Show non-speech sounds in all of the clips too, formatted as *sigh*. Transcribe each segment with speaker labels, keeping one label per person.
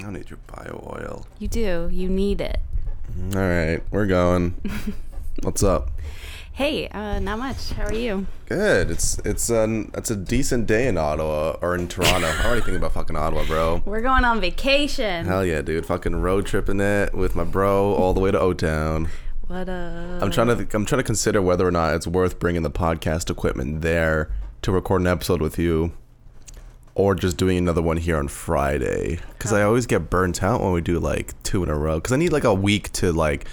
Speaker 1: y'all need your bio oil.
Speaker 2: You do. You need it.
Speaker 1: All right, we're *laughs* going. What's up?
Speaker 2: Hey, uh, not much. How are you?
Speaker 1: Good. It's it's an it's a decent day in Ottawa or in Toronto. I already thinking about fucking Ottawa, bro.
Speaker 2: We're going on vacation.
Speaker 1: Hell yeah, dude! Fucking road tripping it with my bro all the way to O *laughs* Town.
Speaker 2: What up?
Speaker 1: I'm trying to th- I'm trying to consider whether or not it's worth bringing the podcast equipment there to record an episode with you, or just doing another one here on Friday. Because I always get burnt out when we do like two in a row. Because I need like a week to like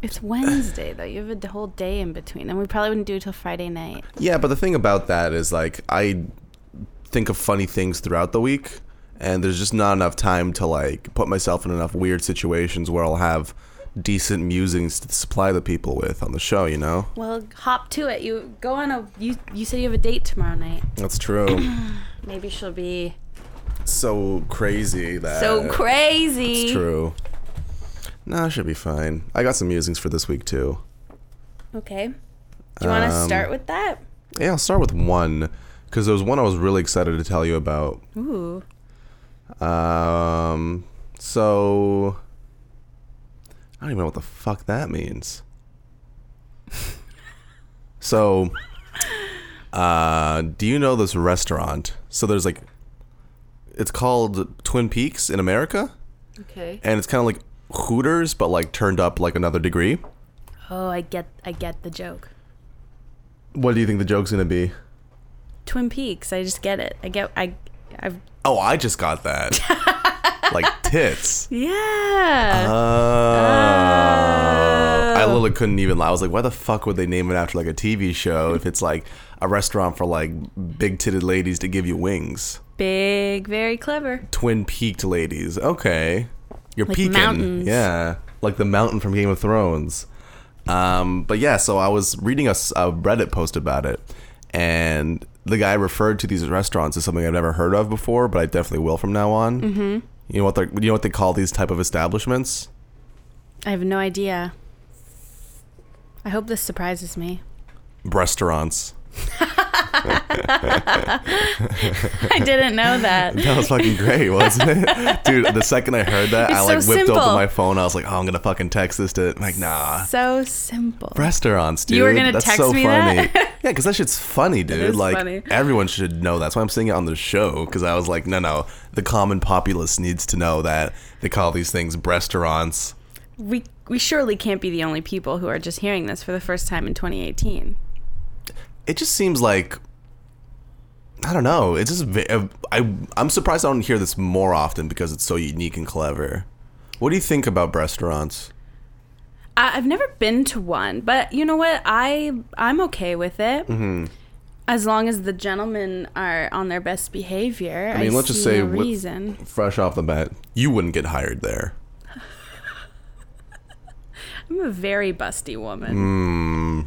Speaker 2: It's Wednesday though. You have a whole day in between, and we probably wouldn't do it till Friday night.
Speaker 1: Yeah, but the thing about that is like I think of funny things throughout the week and there's just not enough time to like put myself in enough weird situations where I'll have decent musings to supply the people with on the show, you know?
Speaker 2: Well, hop to it. You go on a. You you said you have a date tomorrow night.
Speaker 1: That's true.
Speaker 2: Maybe she'll be
Speaker 1: so crazy that
Speaker 2: so crazy.
Speaker 1: It's Uh, true. Nah, should be fine. I got some musings for this week too.
Speaker 2: Okay. Do you want to start with that?
Speaker 1: Yeah, I'll start with one because there was one I was really excited to tell you about
Speaker 2: Ooh.
Speaker 1: Um, so I don't even know what the fuck that means. so, uh, do you know this restaurant? So there's like, it's called Twin Peaks in America,
Speaker 2: Okay.
Speaker 1: and it's kind of like Hooters, but like turned up like another degree.
Speaker 2: Oh, I get I get the joke.
Speaker 1: What do you think the joke's gonna be?
Speaker 2: Twin Peaks. I just get it. I get I I've
Speaker 1: Oh, I just got *laughs* that. like tits.
Speaker 2: yeah.
Speaker 1: Oh.
Speaker 2: Oh.
Speaker 1: I literally couldn't even lie. I was like, why the fuck would they name it after like a TV show if it's like a restaurant for like big titted ladies to give you wings?
Speaker 2: Big, very clever.
Speaker 1: Twin peaked ladies. Okay. You're
Speaker 2: Like
Speaker 1: peaking.
Speaker 2: mountains.
Speaker 1: Yeah. Like the mountain from Game of Thrones. Um, but yeah, so I was reading a, s- a Reddit post about it, and the guy referred to these restaurants as something I've never heard of before, but I definitely will from now on. Mm-hmm. You know what? they're- You know what they call these type of establishments?
Speaker 2: I have no idea. I hope this
Speaker 1: *laughs*
Speaker 2: surprises me. *laughs*
Speaker 1: Restaurants.
Speaker 2: I didn't know that.
Speaker 1: *laughs* That was fucking great, wasn't
Speaker 2: *laughs*
Speaker 1: it? Dude, the second I heard that,
Speaker 2: It's
Speaker 1: I like
Speaker 2: so
Speaker 1: whipped
Speaker 2: simple.
Speaker 1: open my phone. I was like, oh, I'm going to fucking text this to, like, nah.
Speaker 2: So simple.
Speaker 1: Restaurants, dude.
Speaker 2: You were gonna
Speaker 1: That's
Speaker 2: text
Speaker 1: so
Speaker 2: me
Speaker 1: funny.
Speaker 2: that?
Speaker 1: yeah, because that shit's funny, dude.
Speaker 2: is
Speaker 1: like,
Speaker 2: funny.
Speaker 1: everyone should know. That's why I'm saying it on the show, because I was like, no, no. The common populace needs to know that they call these things restaurants.
Speaker 2: We we surely can't be the only people who are just hearing this for the first time in 2018.
Speaker 1: It just seems like. I don't know. It's just ve- uh, I I'm surprised I don't hear this more often because it's so unique and clever. What do you think about restaurants?
Speaker 2: I, I've never been to one, but you know what? I I'm okay with it.
Speaker 1: Mm-hmm.
Speaker 2: As long as the gentlemen are on their best behavior, I
Speaker 1: mean, let's just
Speaker 2: see
Speaker 1: say
Speaker 2: no
Speaker 1: with-
Speaker 2: reason.
Speaker 1: fresh off the bat, you wouldn't get hired there.
Speaker 2: I'm a very busty woman.
Speaker 1: Hmm.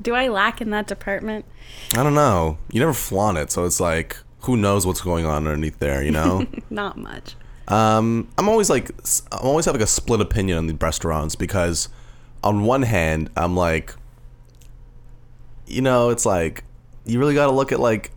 Speaker 2: Do I lack in that department? *laughs*
Speaker 1: I don't know. You never flaunt it, so it's like who knows what's going on underneath there, you know?
Speaker 2: Not much.
Speaker 1: um, I'm always like s- I always have like a split opinion on the restaurants because on one hand, I'm like you know, it's like you really got to look at like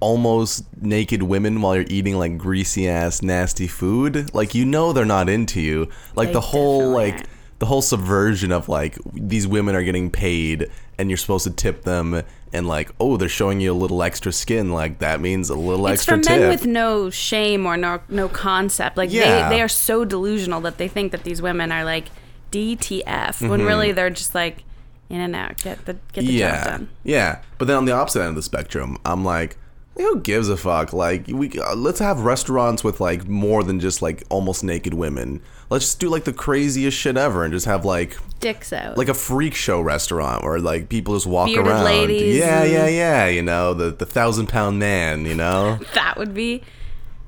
Speaker 1: almost naked women while you're eating like greasy ass nasty food like you know they're not into you like
Speaker 2: They
Speaker 1: the whole
Speaker 2: definitely
Speaker 1: like
Speaker 2: aren't.
Speaker 1: the whole subversion of like these women are getting paid and you're supposed to tip them and like oh they're showing you a little extra skin like that means a little
Speaker 2: It's
Speaker 1: extra
Speaker 2: for men
Speaker 1: tip
Speaker 2: with no shame or no no concept. Like
Speaker 1: Yeah.
Speaker 2: they, they are so delusional that they think that these women are like DTF when really they're just like in and out. Get the get the
Speaker 1: Mm-hmm. yeah
Speaker 2: job done.
Speaker 1: yeah but then on the opposite end of the spectrum i'm like who gives a fuck like we uh, let's have restaurants with like more than just like almost naked women let's just do like the craziest shit ever and just have like
Speaker 2: Dicks out.
Speaker 1: like a freak show restaurant where like people just walk
Speaker 2: Bearded
Speaker 1: around.
Speaker 2: ladies
Speaker 1: yeah,
Speaker 2: and-
Speaker 1: yeah, yeah. You know the the thousand pound man. You know,
Speaker 2: that would be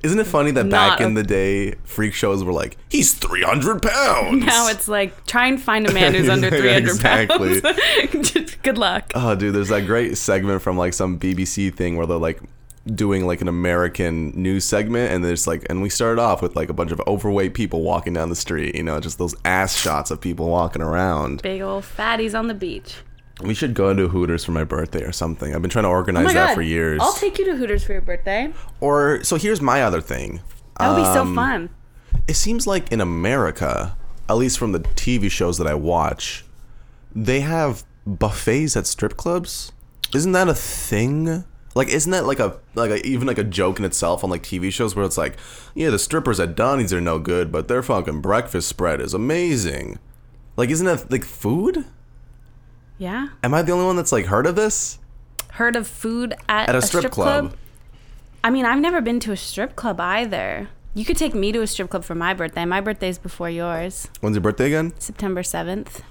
Speaker 1: isn't it funny that back
Speaker 2: Not a-
Speaker 1: in the day, freak shows were like he's three hundred pounds.
Speaker 2: *laughs* now it's like try and find a man
Speaker 1: *laughs*
Speaker 2: who's under 300
Speaker 1: Exactly.
Speaker 2: pounds. Just *laughs* Good luck.
Speaker 1: oh, dude, there's that great segment from like some BBC thing where they're like doing like an American news segment and there's like and we started off with like a bunch of overweight people walking down the street. You know, just those ass shots of people walking around.
Speaker 2: Big old fatties on the beach.
Speaker 1: We should go to Hooters for my birthday or something. I've been trying to organize
Speaker 2: Oh my
Speaker 1: that
Speaker 2: God.
Speaker 1: for years.
Speaker 2: I'll take you to Hooters for your birthday.
Speaker 1: Or so here's my other thing. Um,
Speaker 2: That would be so fun.
Speaker 1: it seems like in America, at least from the TV shows that I watch, they have buffets at strip clubs. Isn't that a thing? Like, isn't that like a like a, even like a joke in itself on like TV shows where it's like, yeah, the strippers at Donnie's are no good, but their fucking breakfast spread is amazing. Like, isn't that like food?
Speaker 2: Yeah.
Speaker 1: Am I the only one that's like heard of this
Speaker 2: Heard of food at,
Speaker 1: at a, strip, club?
Speaker 2: I mean, I've never been to a strip club either. You could take me to a strip club for my birthday. My birthday's before yours,
Speaker 1: When's your birthday again?
Speaker 2: September 7th.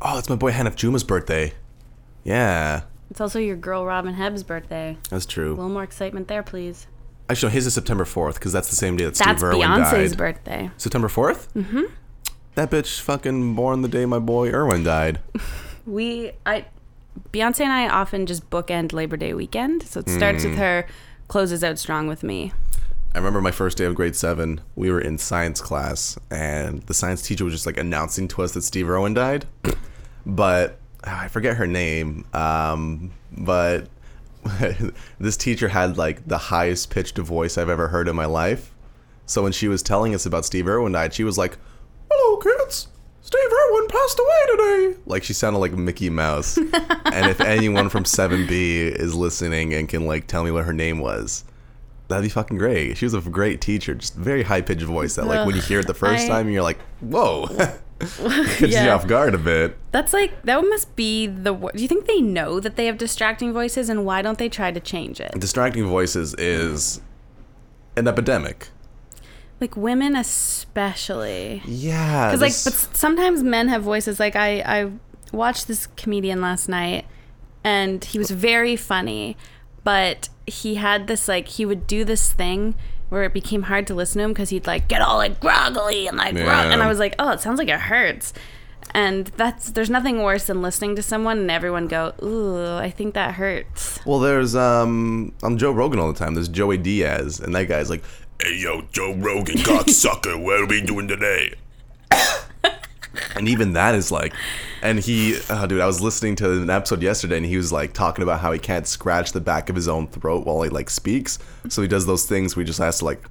Speaker 1: Oh, it's my boy Hanif Juma's birthday. Yeah,
Speaker 2: It's also your girl Robin Hebb's birthday.
Speaker 1: that's
Speaker 2: A
Speaker 1: true.
Speaker 2: little more excitement there, please.
Speaker 1: Actually, no, his is September fourth because that's the same day that Steve
Speaker 2: That's
Speaker 1: Irwin
Speaker 2: Beyonce's Mm-hmm.
Speaker 1: died.
Speaker 2: birthday.
Speaker 1: September 4th? Mm hmm. That bitch fucking born the day my boy Irwin died.
Speaker 2: We, I, Beyonce and I often just bookend Labor Day weekend. So it starts
Speaker 1: Mm.
Speaker 2: with her, closes out strong with me.
Speaker 1: I remember my first day of grade seven, we were in science class, and the science teacher was just like announcing to us that Steve Irwin died. But ah, I forget her name. Um, but *laughs* this teacher had like the highest pitched voice I've ever heard in my life. So when she was telling us about Steve Irwin died, she was like, Hello, kids. Steve Irwin passed away today. Like she sounded like Mickey
Speaker 2: *laughs*
Speaker 1: Mouse. and if anyone from 7B is listening and can like tell me what her name was, that'd be fucking great. She was a great teacher, just very high pitched voice that like when you hear
Speaker 2: *laughs*
Speaker 1: it the first
Speaker 2: I-
Speaker 1: time, you're like,
Speaker 2: *laughs*
Speaker 1: whoa. *laughs* Catches you
Speaker 2: Yeah.
Speaker 1: off guard a bit.
Speaker 2: That's like, that must be the, wor- do you think they know that they have distracting voices and why don't they try to change it?
Speaker 1: Distracting voices is an epidemic.
Speaker 2: Like women, especially.
Speaker 1: Yeah.
Speaker 2: Because like,
Speaker 1: this-
Speaker 2: but s- sometimes men have voices. Like I, I watched this comedian last night, and he was very funny, but he had this like he would do this thing where it became hard to listen to him because he'd like get all like groggly and like, grog- and
Speaker 1: Yeah.
Speaker 2: I was like, oh, it sounds like it hurts. And that's there's nothing worse than listening to someone and everyone go, ooh, I think that hurts.
Speaker 1: Well, there's um on Joe Rogan all the time. There's Joey Diaz, and that guy's like, "Hey, yo, Joe Rogan,
Speaker 2: *laughs*
Speaker 1: cocksucker, what are we doing today?" and even that is like, and he, oh, dude, I was listening to an episode yesterday, and he was like talking about how he can't scratch the back of his own throat while he like speaks, so he does those things where he just has to like,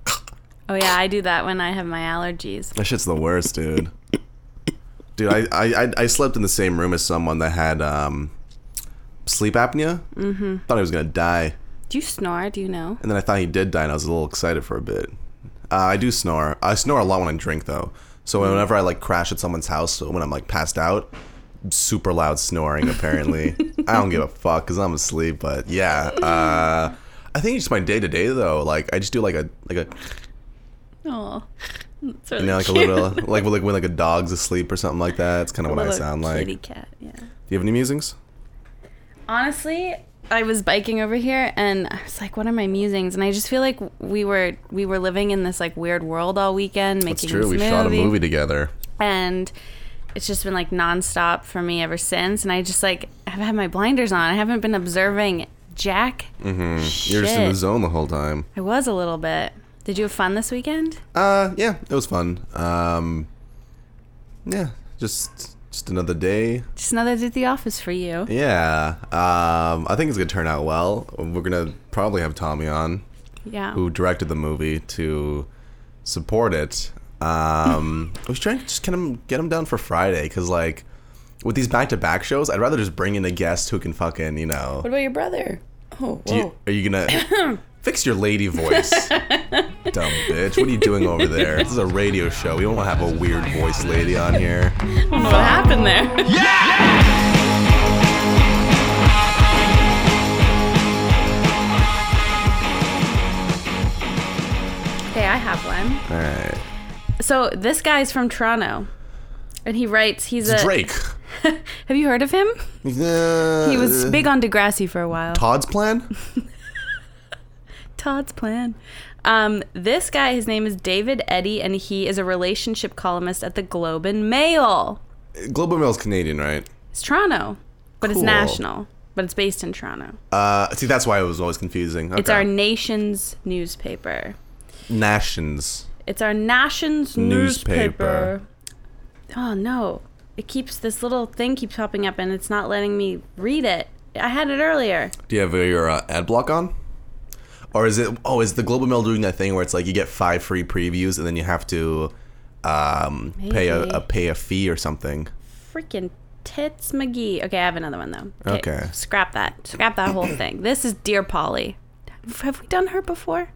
Speaker 2: Oh yeah, I do that when I have my allergies.
Speaker 1: that shit's the worst, dude. Dude, I, I I- I slept in the same room as someone that had um sleep apnea. Mm-hmm. Thought I was gonna die.
Speaker 2: Do you snore? Do
Speaker 1: *laughs*
Speaker 2: you know?
Speaker 1: And then I thought he did die, and I was a little excited for a bit. Uh, I do snore. I snore a lot when I drink, though. So whenever I like crash at someone's house, so when I'm like passed out, super loud snoring. Apparently, I don't give a fuck because I'm asleep. But yeah, uh, I think it's just my day to day though. Like I just do like a like a
Speaker 2: Oh, *laughs* that's
Speaker 1: you
Speaker 2: really
Speaker 1: know *laughs* like a
Speaker 2: cute.
Speaker 1: little like like when like a dog's asleep or something like that. That's kind of what I
Speaker 2: Little
Speaker 1: sound like.
Speaker 2: kitty
Speaker 1: Do
Speaker 2: cat, yeah.
Speaker 1: you have any musings?
Speaker 2: Honestly, I was biking over here and I was like, what are my musings? And I just feel like we were we were living in this like weird world all weekend, making
Speaker 1: It's true.
Speaker 2: this
Speaker 1: We
Speaker 2: movie,
Speaker 1: shot a movie together.
Speaker 2: and it's just been like nonstop for me ever since. And I just like have had my blinders on. I haven't been observing Jack. Mm-hmm. Shit.
Speaker 1: You're just in the zone the whole time.
Speaker 2: I was a little bit. Did you have fun this weekend?
Speaker 1: Uh, yeah, it was fun. Um, yeah, just just another day.
Speaker 2: Just another day at the office for you.
Speaker 1: Yeah, um, I think it's gonna turn out well. We're gonna probably have Tommy on,
Speaker 2: Yeah.
Speaker 1: who directed the movie, to support it. Um, I was trying to just get him get him down for Friday, cause like with these back to back shows, I'd rather just bring in a guest who can fucking you know.
Speaker 2: What about your brother? Oh,
Speaker 1: Do you, are you
Speaker 2: *coughs*
Speaker 1: gonna fix your lady
Speaker 2: *laughs*
Speaker 1: voice? Dumb bitch, what are you doing over there? This is a radio show. We don't want to have a weird voice lady on here.
Speaker 2: what happened there? *laughs* Okay, I have one.
Speaker 1: All right,
Speaker 2: So this guy's from Toronto, and he writes he's a
Speaker 1: Drake.
Speaker 2: Have you heard of him? He
Speaker 1: He
Speaker 2: was big on Degrassi for a while.
Speaker 1: Todd's plan.
Speaker 2: Todd's plan. Um, this guy, his name is David Eddy, and he is a relationship columnist at the Globe and Mail.
Speaker 1: Global Mail's Canadian, right?
Speaker 2: It's Toronto, but it's
Speaker 1: Cool.
Speaker 2: national, but it's based in Toronto.
Speaker 1: Uh, see, that's why it was always confusing.
Speaker 2: It's our nation's newspaper.
Speaker 1: nations.
Speaker 2: It's our nation's
Speaker 1: Newspaper.
Speaker 2: newspaper. Oh no. It keeps this little thing keeps popping up and it's not letting me read it. I had it earlier.
Speaker 1: Do you have your uh, ad block on? Or is it? Oh, is the Global Mail doing that thing where it's like you get five free previews and then you have to um, pay a,
Speaker 2: Maybe.
Speaker 1: a pay a fee or something?
Speaker 2: Freaking tits McGee. Okay, I have another one though.
Speaker 1: Okay.
Speaker 2: Scrap that. Scrap that whole
Speaker 1: *coughs*
Speaker 2: thing. This is Dear Polly. Have we done her before?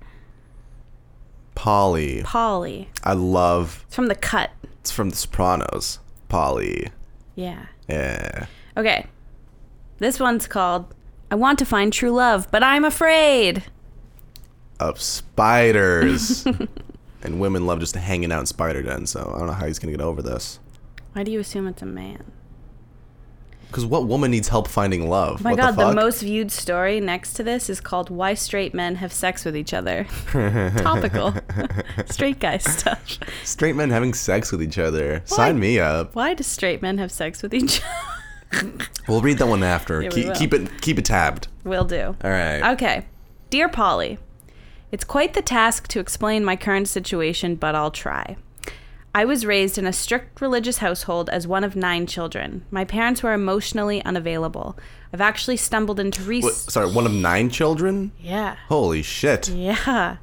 Speaker 1: Polly,
Speaker 2: Polly.
Speaker 1: I love.
Speaker 2: It's from The Cut.
Speaker 1: It's from The Sopranos. Polly, Eh.
Speaker 2: Yeah.
Speaker 1: yeah.
Speaker 2: Okay. This one's called I Want to Find True Love, but I'm afraid.
Speaker 1: of
Speaker 2: *laughs*
Speaker 1: spiders. and women love just hanging out in spider den, so I don't know how he's gonna get over this.
Speaker 2: Why do you assume it's a man?
Speaker 1: Because what woman needs help finding love?
Speaker 2: Oh My
Speaker 1: what
Speaker 2: god,
Speaker 1: the,
Speaker 2: the,
Speaker 1: fuck?
Speaker 2: most viewed story next to this is called Why Straight Men Have Sex with Each Other. *laughs*
Speaker 1: *laughs*
Speaker 2: Topical. straight guy stuff.
Speaker 1: straight men having sex with each other. Sign me up.
Speaker 2: Why do straight men have sex with each other? *laughs*
Speaker 1: We'll read that one after.
Speaker 2: Yeah, we
Speaker 1: keep,
Speaker 2: will.
Speaker 1: keep it keep it tabbed.
Speaker 2: Will do.
Speaker 1: All right.
Speaker 2: Okay. Dear Polly, it's quite the task to explain my current situation, but I'll try. I was raised in a strict religious household as one of nine children. My parents were emotionally unavailable. I've actually stumbled into
Speaker 1: What-
Speaker 2: research.
Speaker 1: sorry, one of nine children.
Speaker 2: Yeah.
Speaker 1: Holy shit!
Speaker 2: Yeah.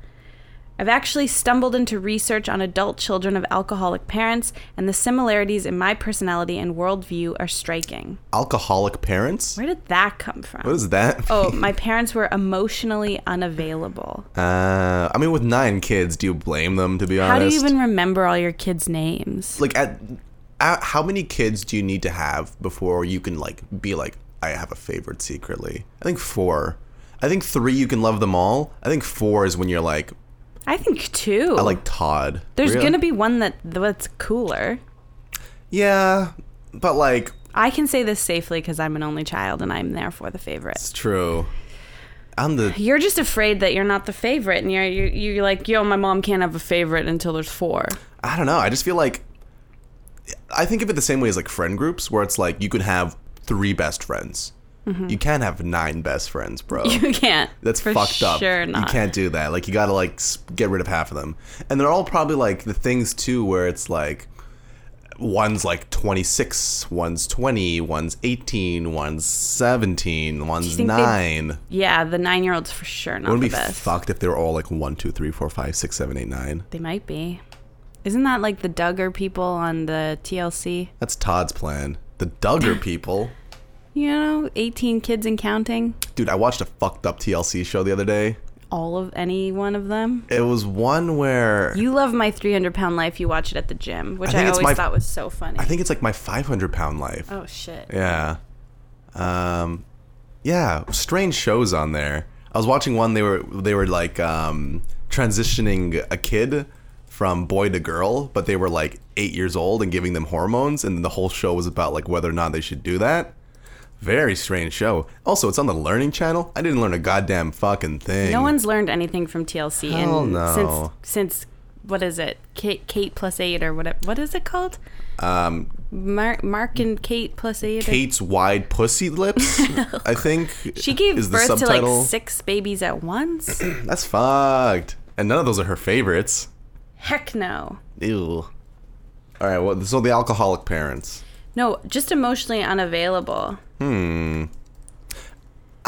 Speaker 2: I've actually stumbled into research on adult children of alcoholic parents, and the similarities in my personality and worldview are striking.
Speaker 1: Alcoholic parents.
Speaker 2: Where did that come from?
Speaker 1: What is that? *laughs*
Speaker 2: oh, my parents were emotionally unavailable.
Speaker 1: Uh, I mean, with nine kids, do you blame them? To be
Speaker 2: How do you
Speaker 1: honest,
Speaker 2: even remember all your kids' names?
Speaker 1: like at, at how many kids do you need to have before you can like be like I have a favorite secretly? I think four. I think three you can love them all. I think four is when you're like
Speaker 2: I think two.
Speaker 1: I like Todd.
Speaker 2: There's
Speaker 1: Really?
Speaker 2: gonna be one that that's cooler.
Speaker 1: yeah, but like
Speaker 2: I can say this safely because I'm an only child and I'm therefore the favorite.
Speaker 1: it's true. I'm the
Speaker 2: You're just afraid that you're not the favorite, and you're you're, you're like, yo, my mom can't have a favorite until there's four.
Speaker 1: I don't know. I just feel like I think of it the same way as like friend groups where it's like you can have three best friends. You can't have nine best friends,
Speaker 2: *laughs*
Speaker 1: bro.
Speaker 2: You can't.
Speaker 1: That's
Speaker 2: Mm-hmm. For
Speaker 1: fucked up.
Speaker 2: Sure not.
Speaker 1: You can't do that. Like you got to like s- get rid of half of them. And they're all probably like the things too where it's like one's like 26, one's 20, one's 18, one's 17, one's
Speaker 2: think they'd
Speaker 1: 9.
Speaker 2: Yeah, the nine year olds for sure not
Speaker 1: Wouldn't
Speaker 2: the
Speaker 1: it be
Speaker 2: best.
Speaker 1: fucked if they were all like 1, 2, 3, 4, 5, 6, 7, 8, 9.
Speaker 2: they might be. Isn't that like the Duggar people on the TLC?
Speaker 1: That's Todd's plan. The
Speaker 2: *laughs*
Speaker 1: Duggar people.
Speaker 2: You know, 18 kids and counting.
Speaker 1: Dude, I watched a fucked up TLC show the other day.
Speaker 2: All of any one of them.
Speaker 1: It was one where
Speaker 2: You love my 300 pound life. You watch it at the gym, which I,
Speaker 1: think it's
Speaker 2: always
Speaker 1: my-
Speaker 2: thought was so funny.
Speaker 1: I think it's like my 500 pound life.
Speaker 2: oh shit.
Speaker 1: Yeah. Um, yeah, strange shows on there. I was watching one. They were they were like um, transitioning a kid from boy to girl, but they were like eight years old and giving them hormones, and the whole show was about like whether or not they should do that. Very strange show. Also, it's on the Learning Channel. I didn't learn a goddamn fucking thing.
Speaker 2: No one's learned anything from TLC
Speaker 1: Hell
Speaker 2: and
Speaker 1: no.
Speaker 2: since since what is it? Kate, Kate plus 8 or what what is it called? Um Mark, Mark and Kate plus 8. or-
Speaker 1: Kate's wide pussy
Speaker 2: *laughs*
Speaker 1: lips. I think
Speaker 2: she gave
Speaker 1: is the
Speaker 2: birth to
Speaker 1: subtitle.
Speaker 2: like six babies at once? *clears throat*
Speaker 1: That's fucked. And none of those are her favorites.
Speaker 2: Heck no.
Speaker 1: Ew. All right. Well, so the alcoholic parents.
Speaker 2: No, just emotionally unavailable.
Speaker 1: I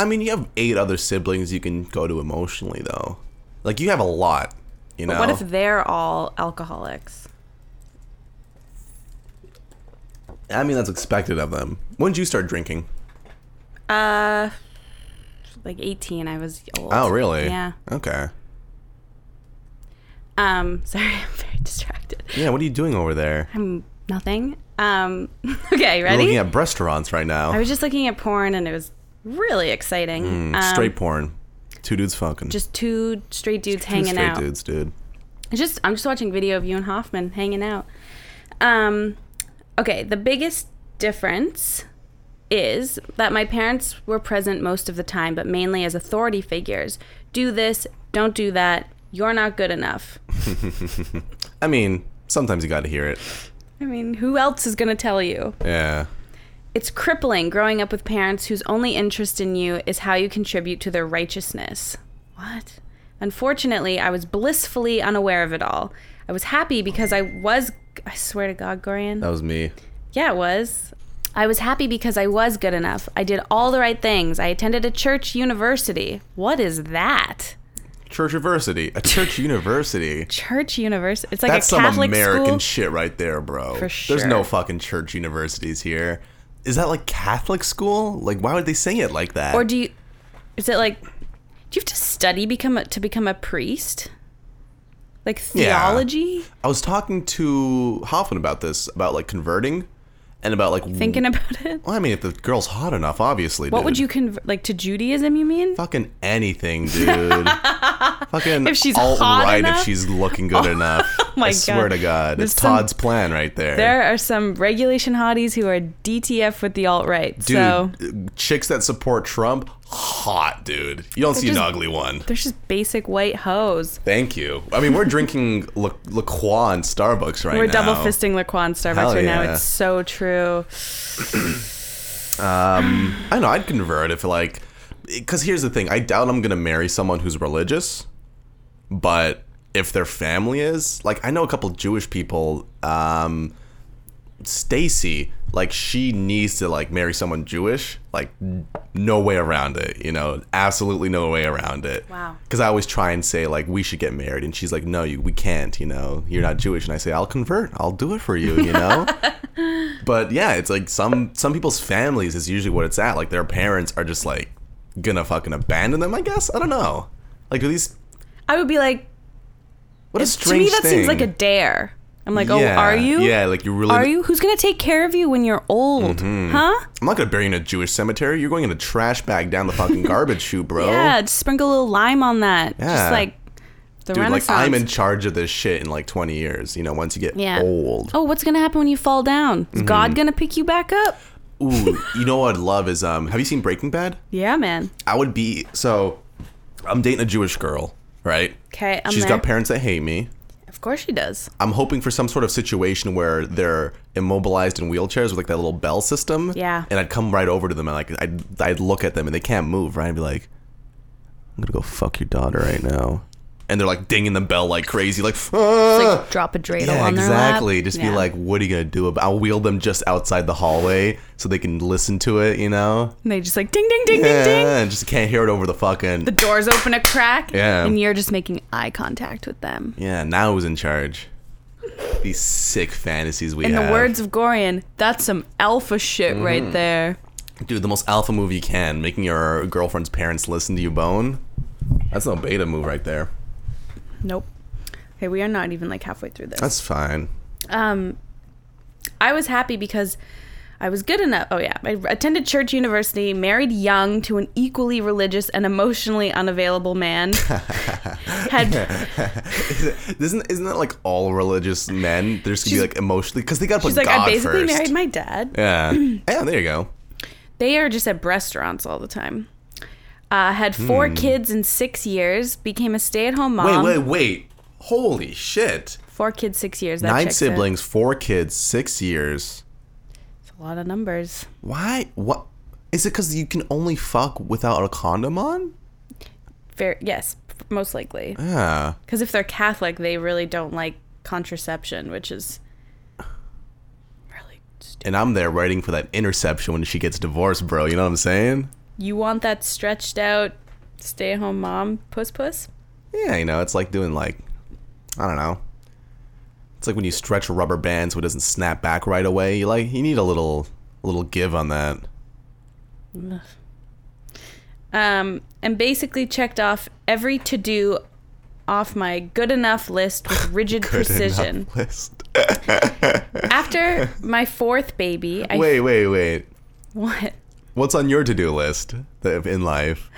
Speaker 1: mean, you have eight other siblings you can go to emotionally, though. Like you have a lot. You know.
Speaker 2: What if they're all alcoholics?
Speaker 1: I mean, that's expected of them. When did you start drinking?
Speaker 2: Uh like 18 I was old.
Speaker 1: Oh, really?
Speaker 2: Yeah.
Speaker 1: Okay.
Speaker 2: Um *laughs* sorry, I'm very distracted.
Speaker 1: Yeah. What are you doing over there?
Speaker 2: I'm nothing. Um *laughs* okay,
Speaker 1: You're
Speaker 2: ready?
Speaker 1: looking at restaurants right now.
Speaker 2: I was just looking at porn and it was really exciting. um,
Speaker 1: Straight porn. Two dudes fucking.
Speaker 2: just two straight dudes
Speaker 1: Two
Speaker 2: hanging
Speaker 1: straight
Speaker 2: out.
Speaker 1: dudes, dude.
Speaker 2: It's just I'm just watching video of you and Hoffman hanging out. Um, okay, the biggest difference is that my parents were present most of the time, but mainly as authority figures. Do this, don't do that. You're not good enough.
Speaker 1: I mean, sometimes you got to hear it.
Speaker 2: I mean, who else is going to tell you?
Speaker 1: Yeah.
Speaker 2: It's crippling growing up with parents whose only interest in you is how you contribute to their righteousness. What? Unfortunately, I was blissfully unaware of it all. I was happy because I was. I swear to God, Gorian.
Speaker 1: That was me.
Speaker 2: Yeah, it was. I was happy because I was good enough. I did all the right things. I attended a church university. What is that?
Speaker 1: Church University, a
Speaker 2: *laughs*
Speaker 1: church university.
Speaker 2: Church university. It's like
Speaker 1: That's
Speaker 2: a
Speaker 1: some
Speaker 2: Catholic
Speaker 1: American
Speaker 2: school.
Speaker 1: shit right there, bro.
Speaker 2: For
Speaker 1: There's no
Speaker 2: sure.
Speaker 1: fucking church universities here. Is that like Catholic school? Like, why would they sing it like that?
Speaker 2: or do you? Is it like? Do you have to study become a, to become a priest? Like theology?
Speaker 1: I was talking to Hoffman about this, about like converting, and about like
Speaker 2: Thinking about it.
Speaker 1: Well, I mean, if the girl's hot enough, obviously.
Speaker 2: What would you convert? Like to Judaism? You mean?
Speaker 1: Fucking
Speaker 2: *laughs*
Speaker 1: anything, dude. fucking
Speaker 2: If she's
Speaker 1: alt
Speaker 2: hot
Speaker 1: right if
Speaker 2: enough? Oh
Speaker 1: she's looking
Speaker 2: *laughs*
Speaker 1: good enough.
Speaker 2: my
Speaker 1: I swear
Speaker 2: God.
Speaker 1: to God,
Speaker 2: There's
Speaker 1: it's
Speaker 2: some-
Speaker 1: Todd's plan right there.
Speaker 2: There are some regulation hotties who are DTF with the alt right.
Speaker 1: dude,
Speaker 2: So
Speaker 1: chicks that support Trump, hot, dude. You don't see an
Speaker 2: just-
Speaker 1: ugly one.
Speaker 2: they're just basic white hoes.
Speaker 1: Thank you. I mean, we're drinking *laughs* La- LaCroix and Starbucks right
Speaker 2: We're
Speaker 1: now.
Speaker 2: double fisting Laquan Starbucks
Speaker 1: Hell
Speaker 2: right
Speaker 1: yeah.
Speaker 2: now. It's so true.
Speaker 1: I know I'd convert if like, because here's the thing. I doubt I'm gonna marry someone who's religious, but if their family is, like, I know a couple Jewish people. Um, Stacy, like, she needs to like marry someone Jewish. Like, n- no way around it. You know, absolutely no way around it.
Speaker 2: Wow.
Speaker 1: Because I always try and say like we should get married, and she's like, no, you we can't. You know, you're not Jewish. And I say, I'll convert. I'll do it for you. You know. but yeah, it's like some some people's families is usually what it's at. Like their parents are just like gonna fucking abandon them. I guess I don't know. Like do these
Speaker 2: I would be like,
Speaker 1: what a
Speaker 2: to
Speaker 1: strange
Speaker 2: me, that
Speaker 1: thing.
Speaker 2: seems like a dare. I'm like,
Speaker 1: Yeah,
Speaker 2: oh, are you?
Speaker 1: Yeah, like you really.
Speaker 2: Are you? Who's gonna take care of you when you're old?
Speaker 1: Mm-hmm.
Speaker 2: Huh?
Speaker 1: I'm not gonna bury you in a Jewish cemetery. You're going in a trash bag down the fucking garbage chute, bro.
Speaker 2: Yeah, just sprinkle a little lime on that.
Speaker 1: Oh. Yeah.
Speaker 2: Just like the
Speaker 1: Dude, like
Speaker 2: Renaissance.
Speaker 1: I'm in charge of this shit in like 20 years. You know, once you get
Speaker 2: Yeah.
Speaker 1: old. Mm-hmm.
Speaker 2: Oh, what's gonna happen when you fall down? Is God gonna pick you back up?
Speaker 1: Ooh, you know what I'd love is um. Have you seen Breaking Bad?
Speaker 2: Yeah, man.
Speaker 1: I would be so. I'm dating a Jewish girl, right?
Speaker 2: Okay, I'm
Speaker 1: She's
Speaker 2: there.
Speaker 1: got parents that hate me.
Speaker 2: of course she does.
Speaker 1: I'm hoping for some sort of situation where they're immobilized in wheelchairs with like that little bell system.
Speaker 2: Yeah.
Speaker 1: And I'd come right over to them and like I'd, I'd look at them and they can't move, right? I'd be like, I'm gonna go fuck your daughter right now. And they're like dinging the bell like crazy, like, "Ah!"
Speaker 2: It's like drop a dreidel
Speaker 1: yeah,
Speaker 2: on their
Speaker 1: exactly.
Speaker 2: lap.
Speaker 1: Just
Speaker 2: Yeah.
Speaker 1: be like, what are you gonna do? About? I'll wheel them just outside the hallway so they can listen to it, you know?
Speaker 2: and they just like ding ding ding
Speaker 1: Yeah,
Speaker 2: ding ding.
Speaker 1: and just can't hear it over the fucking.
Speaker 2: The doors open a crack,
Speaker 1: Yeah.
Speaker 2: and you're just making eye contact with them.
Speaker 1: yeah, now who's in charge? These sick fantasies we
Speaker 2: In
Speaker 1: have.
Speaker 2: the words of Gorian, that's some alpha shit
Speaker 1: Mm-hmm.
Speaker 2: right there.
Speaker 1: Dude, the most alpha move you can, making your girlfriend's parents listen to you bone. That's no beta move right there.
Speaker 2: Nope. Okay, we are not even like halfway through this.
Speaker 1: That's fine. *laughs*
Speaker 2: um i was happy because i was good enough oh yeah i attended church university married young to an equally religious and emotionally unavailable man
Speaker 1: *laughs*
Speaker 2: had
Speaker 1: Isn't isn't that like all religious men? They're just gonna be
Speaker 2: She's-
Speaker 1: like emotionally because they gotta put
Speaker 2: she's like
Speaker 1: God
Speaker 2: i basically
Speaker 1: first.
Speaker 2: married my dad *clears throat*
Speaker 1: yeah, yeah. There you go.
Speaker 2: they are just at restaurants all the time uh, had four kids in six years became a stay-at-home
Speaker 1: Hmm. Wait,
Speaker 2: mom
Speaker 1: wait, wait. Holy shit!
Speaker 2: four kids six years that
Speaker 1: Nine
Speaker 2: checks it.
Speaker 1: siblings, four kids, six years.
Speaker 2: It's a lot of numbers
Speaker 1: Why? What? Is it because you can only fuck without a condom on?
Speaker 2: Fair, yes most likely
Speaker 1: Yeah.
Speaker 2: because if they're Catholic, they really don't like contraception, which is really. St-
Speaker 1: And I'm there waiting for that interception when she gets divorced, bro. You know what I'm saying?
Speaker 2: you want that stretched out, stay-at-home mom, puss puss?
Speaker 1: Yeah, you know, it's like doing like, I don't know. It's like when you stretch a rubber band so it doesn't snap back right away. You like you need a little little give on that.
Speaker 2: Um, and basically checked off every to-do off my good enough
Speaker 1: *laughs*
Speaker 2: list with rigid
Speaker 1: Good enough
Speaker 2: *laughs* precision.
Speaker 1: List.
Speaker 2: After my fourth baby, I
Speaker 1: Wait, wait, wait.
Speaker 2: *laughs* what?
Speaker 1: What's on your to-do list that- in
Speaker 2: *laughs*
Speaker 1: life?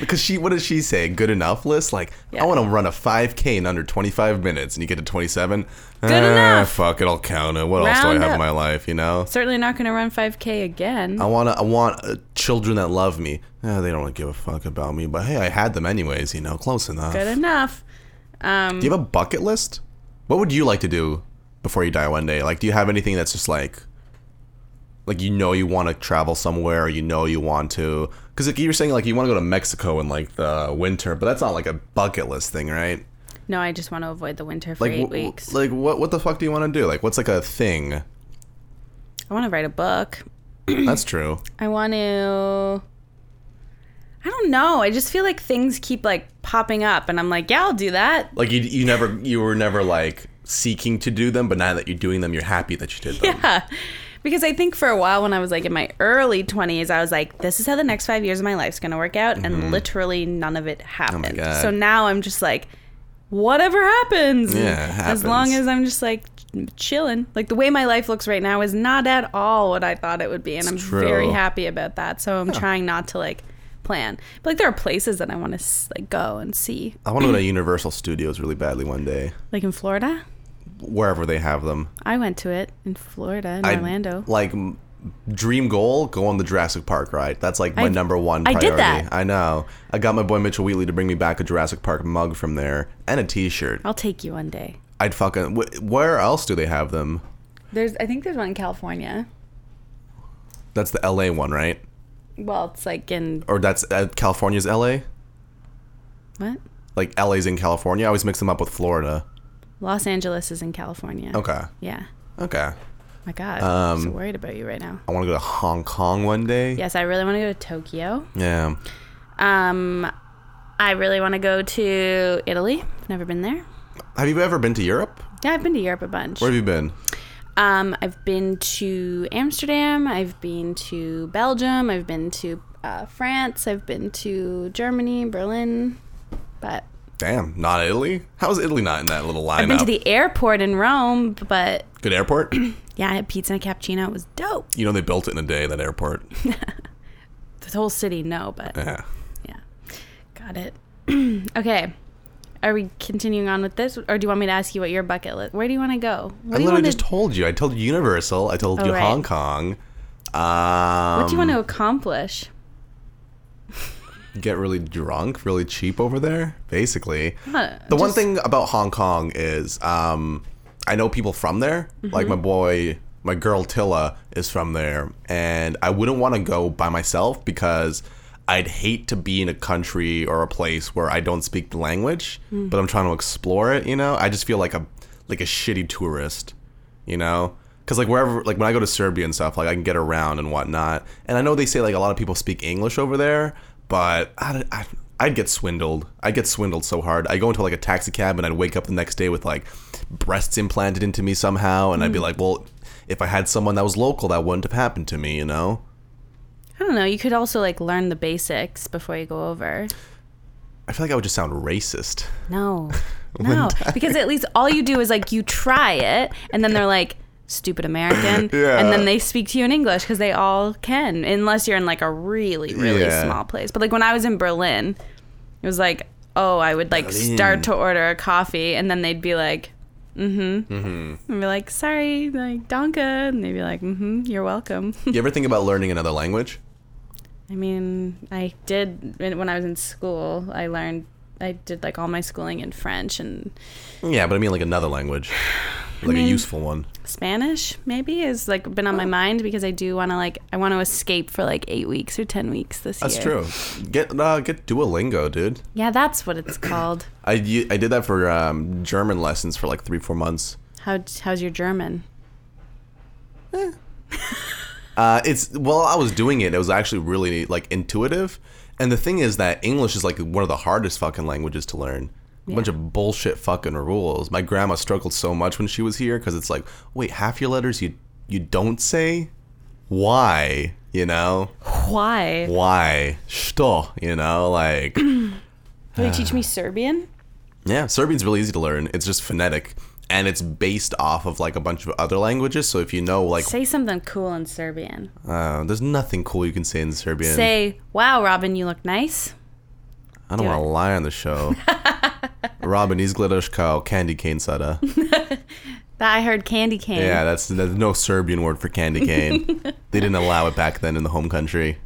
Speaker 1: because she, what does she say? Good enough list? Like,
Speaker 2: Yeah.
Speaker 1: I want to run a 5K in under 25 minutes, and you get to 27. Good
Speaker 2: enough.
Speaker 1: Fuck it, I'll count it. What else do I
Speaker 2: Round
Speaker 1: have in
Speaker 2: up.
Speaker 1: my life? You know.
Speaker 2: Certainly not going to run 5K again.
Speaker 1: I want to. I want uh, children that love me. Uh, they don't really give a fuck about me, but hey, I had them anyways. You know, close enough.
Speaker 2: Good enough. Um,
Speaker 1: Do you have a bucket list? What would you like to do before you die one day? Like, do you have anything that's just like, like you know you want to travel somewhere, or you know you want to? Because like you were saying, like you want to go to Mexico in like the winter, but that's not like a bucket list thing, right?
Speaker 2: no, I just want to avoid the winter for
Speaker 1: Like,
Speaker 2: eight
Speaker 1: wh- wh-
Speaker 2: weeks.
Speaker 1: like what what the fuck do you want to do? Like, what's like a
Speaker 2: *clears throat*
Speaker 1: thing?
Speaker 2: I want to write a book.
Speaker 1: that's true.
Speaker 2: I want to. I don't know. I just feel like things keep like popping up, and I'm like, yeah, I'll do that.
Speaker 1: Like you, you never, you were never like seeking to do them, but now that you're doing them, you're happy that you did them.
Speaker 2: Yeah. Because I think for a while when I was like in my early 20s, I was like, this is how the next five years of my life's going to work out. And literally none of it happened.
Speaker 1: Mm-hmm. Oh God.
Speaker 2: so now I'm just like, whatever happens.
Speaker 1: Yeah, it
Speaker 2: As long
Speaker 1: happens.
Speaker 2: as I'm just like chilling. Like the way my life looks right now is not at all what I thought it would be. And I'm
Speaker 1: true.
Speaker 2: very happy about that. So I'm trying not to like plan. But like there are places that I want to like go and see,
Speaker 1: I want to go
Speaker 2: *clears throat*
Speaker 1: to Universal Studios really badly one day,
Speaker 2: like in Florida.
Speaker 1: wherever they have them.
Speaker 2: I went to it in Florida, in
Speaker 1: I-
Speaker 2: Orlando.
Speaker 1: Like m- dream goal, go on the Jurassic Park ride. That's like my
Speaker 2: I-
Speaker 1: number one
Speaker 2: I
Speaker 1: priority.
Speaker 2: did that.
Speaker 1: I know. I got my boy Mitchell Wheatley to bring me back a Jurassic Park mug from there and a T-shirt.
Speaker 2: I'll take you one day.
Speaker 1: I'd fucking. Wh- where else do they have them?
Speaker 2: There's, I think there's one in California.
Speaker 1: That's the L.A. one, right?
Speaker 2: Well, it's like in
Speaker 1: Or that's uh, California's L.A.
Speaker 2: what?
Speaker 1: Like L.A.'s in California. I always mix them up with Florida.
Speaker 2: Los Angeles is in California.
Speaker 1: Okay. Um,
Speaker 2: Yeah.
Speaker 1: Okay.
Speaker 2: My God, I'm so worried about you right now.
Speaker 1: I want to go to Hong Kong one day.
Speaker 2: Yes, I really want to go to Tokyo.
Speaker 1: Yeah.
Speaker 2: Um, I really want to go to Italy. Never been there.
Speaker 1: Have you ever been to Europe?
Speaker 2: Yeah, I've been to Europe a bunch.
Speaker 1: Where have you been?
Speaker 2: Um, I've been to Amsterdam. I've been to Belgium. I've been to uh, France. I've been to Germany, Berlin. But
Speaker 1: Damn, not Italy. How is Italy not in that little lineup?
Speaker 2: I've been to the airport in Rome. But
Speaker 1: Good airport. *clears throat* you
Speaker 2: yeah, I had pizza and a cappuccino. It was dope.
Speaker 1: know they built it in a day. That
Speaker 2: *laughs*
Speaker 1: airport.
Speaker 2: The whole city, no, but
Speaker 1: Yeah.
Speaker 2: yeah. Got it. *clears throat* okay. Are we continuing on with this? Or do you want me to ask you what your bucket list? Where do you want to go? What
Speaker 1: I
Speaker 2: do
Speaker 1: literally
Speaker 2: you want to,
Speaker 1: just told you. I told you Universal. I told
Speaker 2: Oh,
Speaker 1: you
Speaker 2: right.
Speaker 1: Hong Kong. Um,
Speaker 2: what do you want to accomplish?
Speaker 1: get really drunk, really cheap over there, basically.
Speaker 2: Huh,
Speaker 1: the one thing about Hong Kong is um, I know people from there. Like my boy, my girl Tilla is from there. And I wouldn't want to go by myself because I'd hate to be in a country or a place where I don't speak the language, but I'm trying to explore it, you know? I just feel like a like a shitty tourist you know because like wherever like when i go to serbia and stuff like i can get around and whatnot and i know they say like a lot of people speak english over there but I, I, i'd get swindled i'd get swindled so hard i go into like a taxi cab and i'd wake up the next day with like breasts implanted into me somehow and i'd be like well if i had someone that was local that wouldn't have happened to me you know
Speaker 2: I don't know. You could also like learn the basics before you go over.
Speaker 1: i feel like i would just sound *laughs* racist
Speaker 2: No. No. Because at least all you do is like you try it and then they're like stupid American
Speaker 1: *laughs* Yeah.
Speaker 2: and then they speak to you in English cuz they all can unless you're in like a really really
Speaker 1: Yeah.
Speaker 2: small place. But like when I was in Berlin it was like oh I would like
Speaker 1: Berlin.
Speaker 2: start to order a coffee and then they'd be like
Speaker 1: Mm-hmm.
Speaker 2: mhm mhm and be like sorry like donka and they'd be like mhm you're welcome. *laughs*
Speaker 1: you ever think about learning another language
Speaker 2: I mean, I did when I was in school. I learned. I did like all my schooling in French and
Speaker 1: yeah but i mean like another language like a useful one
Speaker 2: Spanish. Maybe is like been on
Speaker 1: Oh.
Speaker 2: my mind because I do want to like I want to escape for like eight weeks or ten weeks this
Speaker 1: that's
Speaker 2: year.
Speaker 1: true get uh, get duolingo dude
Speaker 2: Yeah, that's what it's called.
Speaker 1: I, u- I did that for um, German lessons for like three four months.
Speaker 2: *clears throat* How how's your German?
Speaker 1: Uh, it's while I was doing it, it was actually really like intuitive. And the thing is that English is like one of the hardest fucking languages to learn. A bunch of bullshit fucking rules. My grandma struggled so much when she was here because it's like, wait, half your letters you you don't say, why? You know
Speaker 2: Why?
Speaker 1: why? Что? You know like *clears throat*
Speaker 2: Will you teach me Serbian?
Speaker 1: Yeah, Serbian's really easy to learn. It's just phonetic, and it's based off of like a bunch of other languages. So if you know like
Speaker 2: Say something cool in Serbian.
Speaker 1: Uh, there's nothing cool you can say in Serbian.
Speaker 2: Say, "Wow, Robin, you look nice."
Speaker 1: I don't
Speaker 2: do
Speaker 1: want to
Speaker 2: it.
Speaker 1: lie on the
Speaker 2: *laughs*
Speaker 1: show. Robin Izgledoshko, candy cane
Speaker 2: *laughs*
Speaker 1: soda.
Speaker 2: That I heard candy cane.
Speaker 1: Yeah, that's, that's no Serbian word for candy
Speaker 2: *laughs*
Speaker 1: cane. they didn't allow it back then in the home country.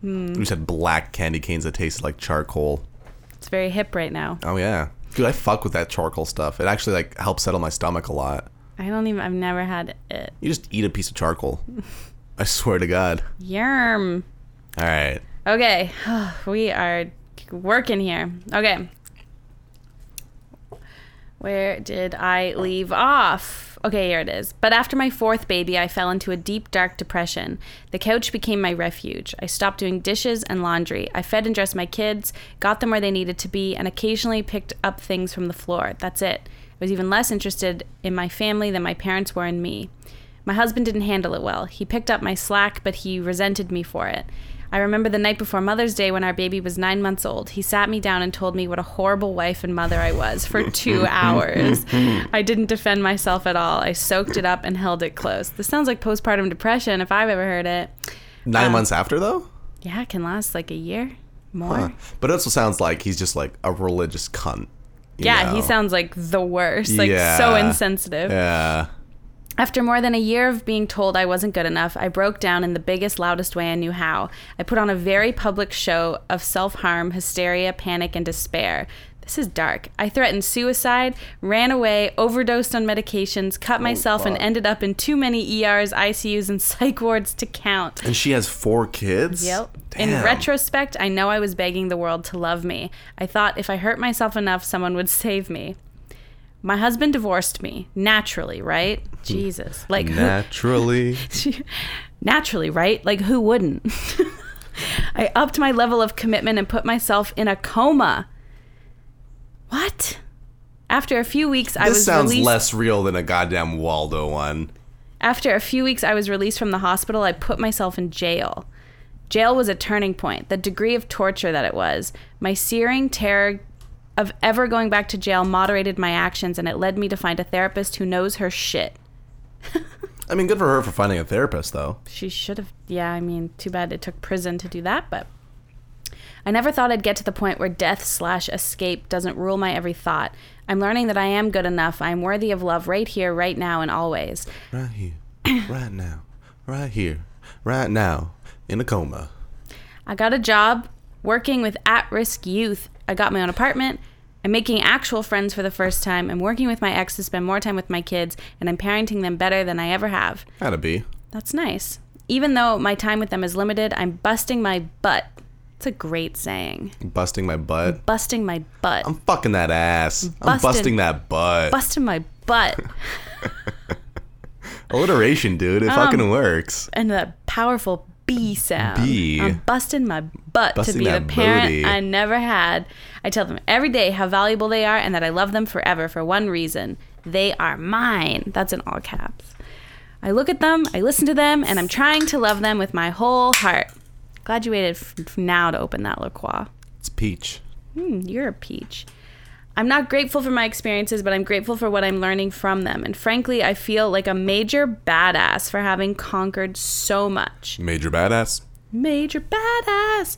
Speaker 2: Hmm.
Speaker 1: We just had black candy canes that tasted like charcoal.
Speaker 2: It's very hip right now.
Speaker 1: Oh yeah, dude, I fuck with that charcoal stuff. It actually like helps settle my stomach a lot.
Speaker 2: I don't even. I've never had it.
Speaker 1: You just eat a piece of
Speaker 2: *laughs*
Speaker 1: charcoal. I swear to God.
Speaker 2: Yerm.
Speaker 1: All right.
Speaker 2: Okay, *sighs* we are working here. Okay. Where did I leave off? Okay, here it is. But after my fourth baby, I fell into a deep, dark depression. The couch became my refuge. I stopped doing dishes and laundry. I fed and dressed my kids, got them where they needed to be, and occasionally picked up things from the floor. That's it. I was even less interested in my family than my parents were in me. My husband didn't handle it well. He picked up my slack, but he resented me for it. I remember the night before Mother's Day when our baby was nine months old. He sat me down and told me what a horrible wife and mother I was for
Speaker 1: *laughs*
Speaker 2: two hours. I didn't defend myself at all. I soaked it up and held it close. This sounds like postpartum depression if I've ever heard it.
Speaker 1: Nine
Speaker 2: Um,
Speaker 1: months after though,
Speaker 2: Yeah, it can last like a year more.
Speaker 1: Huh. but it also sounds like he's just like a religious cunt. you
Speaker 2: Yeah,
Speaker 1: know?
Speaker 2: he sounds like the worst. Like so
Speaker 1: Yeah.
Speaker 2: insensitive.
Speaker 1: Yeah,
Speaker 2: After more than a year of being told I wasn't good enough, I broke down in the biggest, loudest way I knew how. I put on a very public show of self harm, hysteria, panic, and despair. This is dark. I threatened suicide, ran away, overdosed on medications, cut myself, and
Speaker 1: Oh, fuck.
Speaker 2: ended up in too many E ERs, ICUs, and *laughs* psych wards to count.
Speaker 1: and she has four kids.
Speaker 2: Yep. In
Speaker 1: Damn.
Speaker 2: retrospect, I know I was begging the world to love me. I thought if I hurt myself enough, someone would save me. My husband divorced me naturally, right?
Speaker 1: Hmm.
Speaker 2: Jesus. Like who-
Speaker 1: naturally,
Speaker 2: naturally, right? Like who wouldn't? *laughs* I upped my level of commitment and put myself in a coma. What? After a few weeks, *laughs* I
Speaker 1: this
Speaker 2: was
Speaker 1: sounds
Speaker 2: released.
Speaker 1: less real than a goddamn Waldo one.
Speaker 2: After a few weeks, I was released from the hospital. I put myself in jail. Jail was a turning point. The degree of torture that it was, my searing terror of ever going back to jail, moderated my actions, and it led me to find a therapist who knows her shit.
Speaker 1: I mean, good for her for finding a therapist though.
Speaker 2: She should have. Yeah, I mean, too bad it took prison to do that, but. I never thought I'd get to the point where death slash escape doesn't rule my every thought. I'm learning that I am good enough. I am worthy of love right here, right now, and always.
Speaker 1: Right here, right now, right here, right now, in a coma.
Speaker 2: I got a job working with at risk youth. I got my own apartment. I'm making actual friends for the first time. I'm working with my ex to spend more time with my kids, and I'm parenting them better than I ever have.
Speaker 1: Gotta be.
Speaker 2: That's nice. Even though my time with them is limited, I'm busting my butt. It's a great saying.
Speaker 1: Busting my butt.
Speaker 2: Busting my butt.
Speaker 1: I'm fucking that ass. I'm
Speaker 2: Bustin'.
Speaker 1: busting that butt.
Speaker 2: busting my butt.
Speaker 1: *laughs* Alliteration, dude. It fucking
Speaker 2: Um,
Speaker 1: works.
Speaker 2: and that powerful B sound.
Speaker 1: B.
Speaker 2: I'm busting my butt
Speaker 1: Busting
Speaker 2: to be the
Speaker 1: that
Speaker 2: parent
Speaker 1: booty.
Speaker 2: I never had. I tell them every day how valuable they are and that I love them forever for one reason. They are mine. That's in all caps. I look at them, I listen to them, and I'm trying to love them with my whole heart. Glad you waited f- f- now to open that La Croix.
Speaker 1: It's peach.
Speaker 2: Hmm, you're a peach. I'm not grateful for my experiences, but I'm grateful for what I'm learning from them. And frankly, I feel like a major badass for having conquered so much
Speaker 1: Major badass.
Speaker 2: major badass.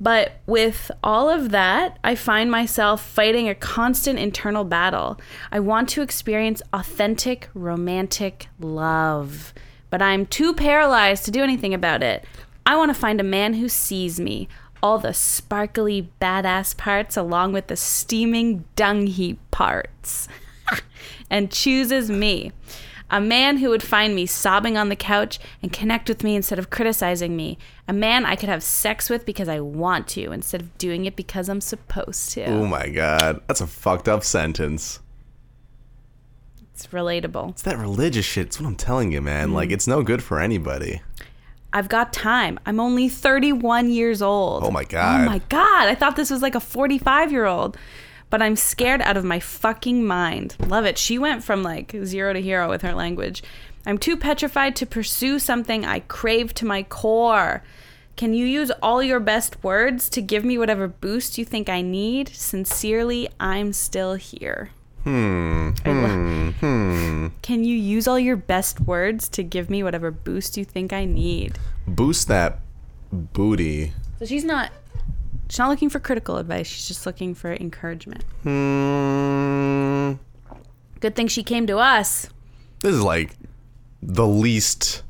Speaker 2: But with all of that, I find myself fighting a constant internal battle. I want to experience authentic romantic love, but I'm too paralyzed to do anything about it. I want to find a man who sees me, all the sparkly badass parts along with the steaming dung heap parts *laughs* and chooses me. A man who would find me sobbing on the couch and connect with me instead of criticizing me. A man I could have sex with because I want to instead of doing it because I'm supposed to.
Speaker 1: Oh my god. That's a fucked up sentence.
Speaker 2: It's relatable.
Speaker 1: It's that religious shit. It's what I'm telling you, man.
Speaker 2: Mm-hmm.
Speaker 1: Like, it's no good for anybody.
Speaker 2: I've got time. I'm only 31 years old.
Speaker 1: Oh my God.
Speaker 2: Oh my God. I thought this was like a 45 year old, but I'm scared out of my fucking mind. Love it. She went from like zero to hero with her language. I'm too petrified to pursue something I crave to my core. Can you use all your best words to give me whatever boost you think I need? Sincerely, I'm still here. Hmm. Can you use all your best words to give me whatever boost you think I need?
Speaker 1: Boost that booty.
Speaker 2: So she's not she's not looking for critical advice. She's just looking for encouragement.
Speaker 1: Hmm.
Speaker 2: Good thing she came to us.
Speaker 1: This is like the least.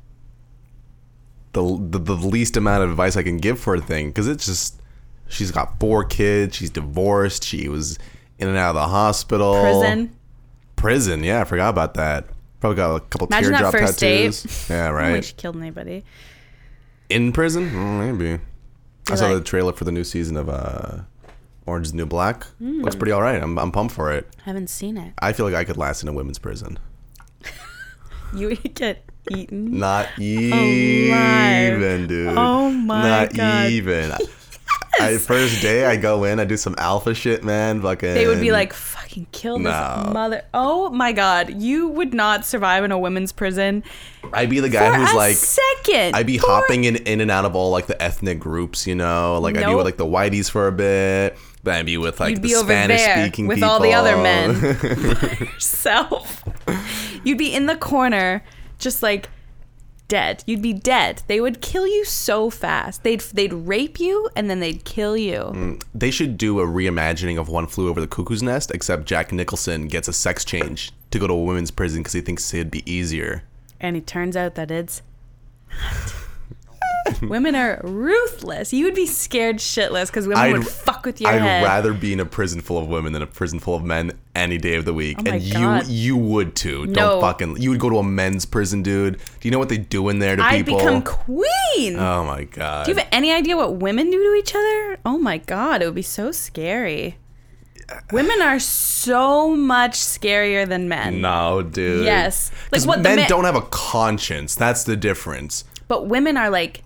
Speaker 1: The, the, the least amount of advice I can give for a thing because it's just she's got four kids she's divorced she was in and out of the hospital
Speaker 2: Prison.
Speaker 1: prison yeah I forgot about that probably got a couple
Speaker 2: Imagine that
Speaker 1: teardrop
Speaker 2: first date. Oh
Speaker 1: tattoos yeah
Speaker 2: I don't
Speaker 1: right
Speaker 2: think she killed anybody.
Speaker 1: in prison Mm, maybe i saw
Speaker 2: like-
Speaker 1: the trailer for the new season of uh Orange is the New Black. Looks
Speaker 2: Hmm.
Speaker 1: pretty all right. I'm, I'm pumped for it.
Speaker 2: Haven't seen it.
Speaker 1: I feel like I could last in a women's prison.
Speaker 2: You *laughs* would get eaten.
Speaker 1: Not even, dude.
Speaker 2: Oh my
Speaker 1: Not
Speaker 2: God.
Speaker 1: even. I, first day I go in, I do some alpha shit, man. Fucking.
Speaker 2: They would be like, fucking kill this
Speaker 1: No.
Speaker 2: mother. Oh my god, you would not survive in a women's prison.
Speaker 1: I'd be the guy
Speaker 2: for
Speaker 1: who's
Speaker 2: a
Speaker 1: like,
Speaker 2: second.
Speaker 1: I'd be
Speaker 2: For-
Speaker 1: hopping in, in and out of all like the ethnic groups, you know. Like I'd be with
Speaker 2: Nope.
Speaker 1: like the whiteys for a bit, then I'd be with like
Speaker 2: You'd
Speaker 1: the
Speaker 2: be over
Speaker 1: Spanish
Speaker 2: there
Speaker 1: speaking
Speaker 2: with
Speaker 1: people.
Speaker 2: all the other men. yourself. You'd be in the corner, just like dead. You'd be dead. They would kill you so fast. They'd they'd rape you and then they'd kill you.
Speaker 1: *laughs* they should do a reimagining of One Flew Over the Cuckoo's Nest, except Jack Nicholson gets a sex change to go to a women's prison because he thinks it'd be easier.
Speaker 2: And it turns out that it's not. *laughs* women are ruthless. You would be scared shitless because women
Speaker 1: I'd-
Speaker 2: would fuck with your
Speaker 1: I'd
Speaker 2: head.
Speaker 1: rather be in a prison full of women than a prison full of men any day of the week.
Speaker 2: Oh my
Speaker 1: and you
Speaker 2: God.
Speaker 1: you would too.
Speaker 2: No.
Speaker 1: Don't fucking you would go to a men's prison, dude. Do you know what they do in there to
Speaker 2: I'd
Speaker 1: people?
Speaker 2: become queen.
Speaker 1: oh my god.
Speaker 2: do you have any idea what women do to each other? Oh my god, it would be so scary. Women are so much scarier than men.
Speaker 1: no, dude.
Speaker 2: Yes. Like
Speaker 1: 'Cause
Speaker 2: what the
Speaker 1: men
Speaker 2: men
Speaker 1: don't have a conscience. That's the difference.
Speaker 2: but women are like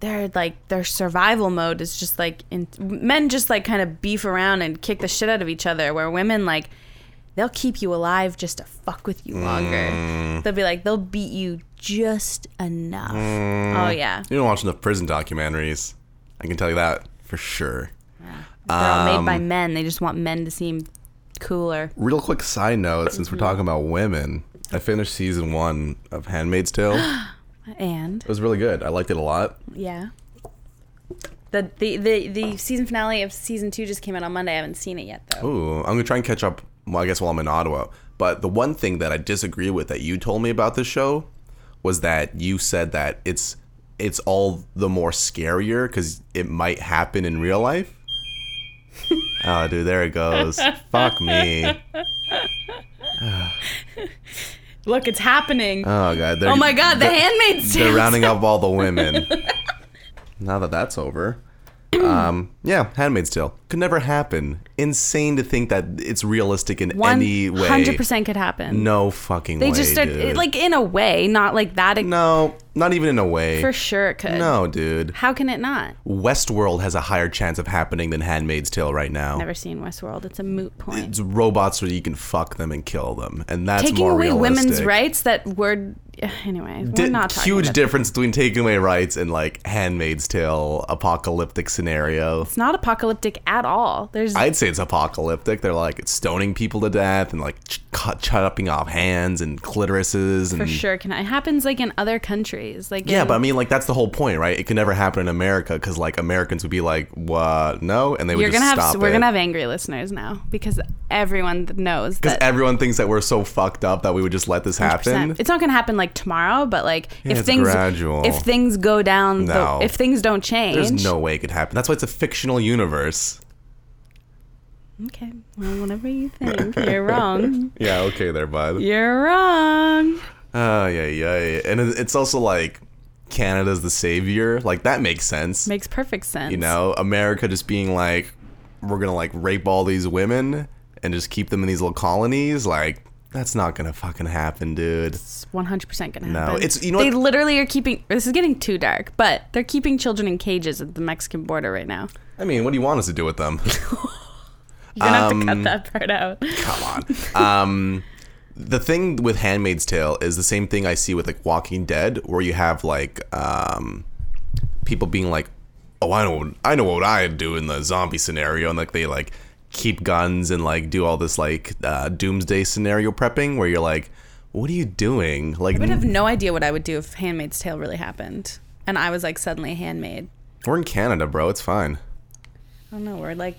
Speaker 2: they're like their survival mode is just like in, men just like kind of beef around and kick the shit out of each other where women like they'll keep you alive just to fuck with you longer.
Speaker 1: Mm.
Speaker 2: They'll be like they'll beat you just enough.
Speaker 1: Mm.
Speaker 2: Oh yeah.
Speaker 1: You don't watch enough prison documentaries. I can tell you that for sure.
Speaker 2: They're all made by
Speaker 1: Um,
Speaker 2: men. They just want men to seem cooler.
Speaker 1: Real quick side note, since we're talking about women, I finished season one of Handmaid's Tale. it
Speaker 2: And
Speaker 1: was really good. I liked it a lot.
Speaker 2: yeah. The, the, the, the season finale of season two just came out on Monday. I haven't seen it yet though.
Speaker 1: Ooh, I'm gonna try and catch up. Well, I guess while I'm in Ottawa. But the one thing that I disagree with that you told me about this show was that you said that it's it's all the more scarier because it might happen in real
Speaker 2: *laughs*
Speaker 1: life. oh, dude, there it goes. Fuck me.
Speaker 2: Look, it's happening.
Speaker 1: Oh god. they're-
Speaker 2: oh my god, the Handmaid's
Speaker 1: They're
Speaker 2: Tale.
Speaker 1: rounding up all the
Speaker 2: *laughs*
Speaker 1: women. now that that's over. Um, yeah, Handmaid's Tale could never happen. Insane to think that it's realistic in any way.
Speaker 2: Hundred percent could happen.
Speaker 1: No fucking
Speaker 2: they
Speaker 1: way.
Speaker 2: just start
Speaker 1: dude.
Speaker 2: like in a way, not like that.
Speaker 1: No, not even in a way.
Speaker 2: For sure, it could.
Speaker 1: No, dude.
Speaker 2: How can it not?
Speaker 1: Westworld has a higher chance of happening than Handmaid's Tale right now.
Speaker 2: Never seen Westworld. It's a moot point.
Speaker 1: It's robots where you can fuck them and kill them, and that's
Speaker 2: Taking
Speaker 1: more
Speaker 2: away
Speaker 1: realistic.
Speaker 2: women's rights. That word. *sighs* Anyway, we're
Speaker 1: Di-
Speaker 2: not talking
Speaker 1: huge
Speaker 2: about
Speaker 1: difference between taking away rights and like Handmaid's Tale apocalyptic scenario.
Speaker 2: It's not apocalyptic at all. There's
Speaker 1: I'd say it's apocalyptic. They're like stoning people to death and like ch- cut- chopping off hands and clitorises and
Speaker 2: for sure can it happens like in other countries. Like
Speaker 1: Yeah,
Speaker 2: in-
Speaker 1: but I mean, like that's the whole point, right? It can never happen in America because like Americans would be like, "What? No," and they would
Speaker 2: you're
Speaker 1: just
Speaker 2: gonna have
Speaker 1: stop
Speaker 2: we're
Speaker 1: it.
Speaker 2: gonna have angry listeners now because everyone knows that.
Speaker 1: Everyone thinks that we're so fucked up that we would just let this happen.
Speaker 2: It's not going to happen like tomorrow, but like if
Speaker 1: it's
Speaker 2: things
Speaker 1: gradual.
Speaker 2: if things go down, the-
Speaker 1: No.
Speaker 2: if things don't change,
Speaker 1: There's no way it could happen. That's why it's a fictional universe.
Speaker 2: Okay. Well, whenever you think you're
Speaker 1: *laughs*
Speaker 2: wrong,
Speaker 1: Yeah, okay, there, *laughs* bud.
Speaker 2: you're wrong.
Speaker 1: Oh yeah, yeah, yeah. And it- it's also like Canada's the savior. Like that makes sense.
Speaker 2: Makes perfect sense.
Speaker 1: you know, America just being like, we're gonna like rape all these women and just keep them in these little colonies. Like that's not gonna fucking happen, dude.
Speaker 2: it's 100% gonna happen.
Speaker 1: it's- you know
Speaker 2: they
Speaker 1: what-
Speaker 2: literally are keeping. This is getting too dark, but they're keeping children in cages at the Mexican border right now.
Speaker 1: I mean, what do you want us to do with them?
Speaker 2: You're gonna have
Speaker 1: Um,
Speaker 2: to cut that part out.
Speaker 1: Come on. Um, the thing with Handmaid's Tale is the same thing I see with like Walking Dead, where you have like um, people being like, "Oh, I know, what- I know what I'd do in the zombie scenario," and like they like keep guns and like do all this like uh, doomsday scenario prepping, where you're like, "What are you doing?" Like,
Speaker 2: I would have no idea what I would do if Handmaid's Tale really happened, and I was like suddenly handmade.
Speaker 1: we're in Canada, bro. It's fine.
Speaker 2: I don't know. We're like,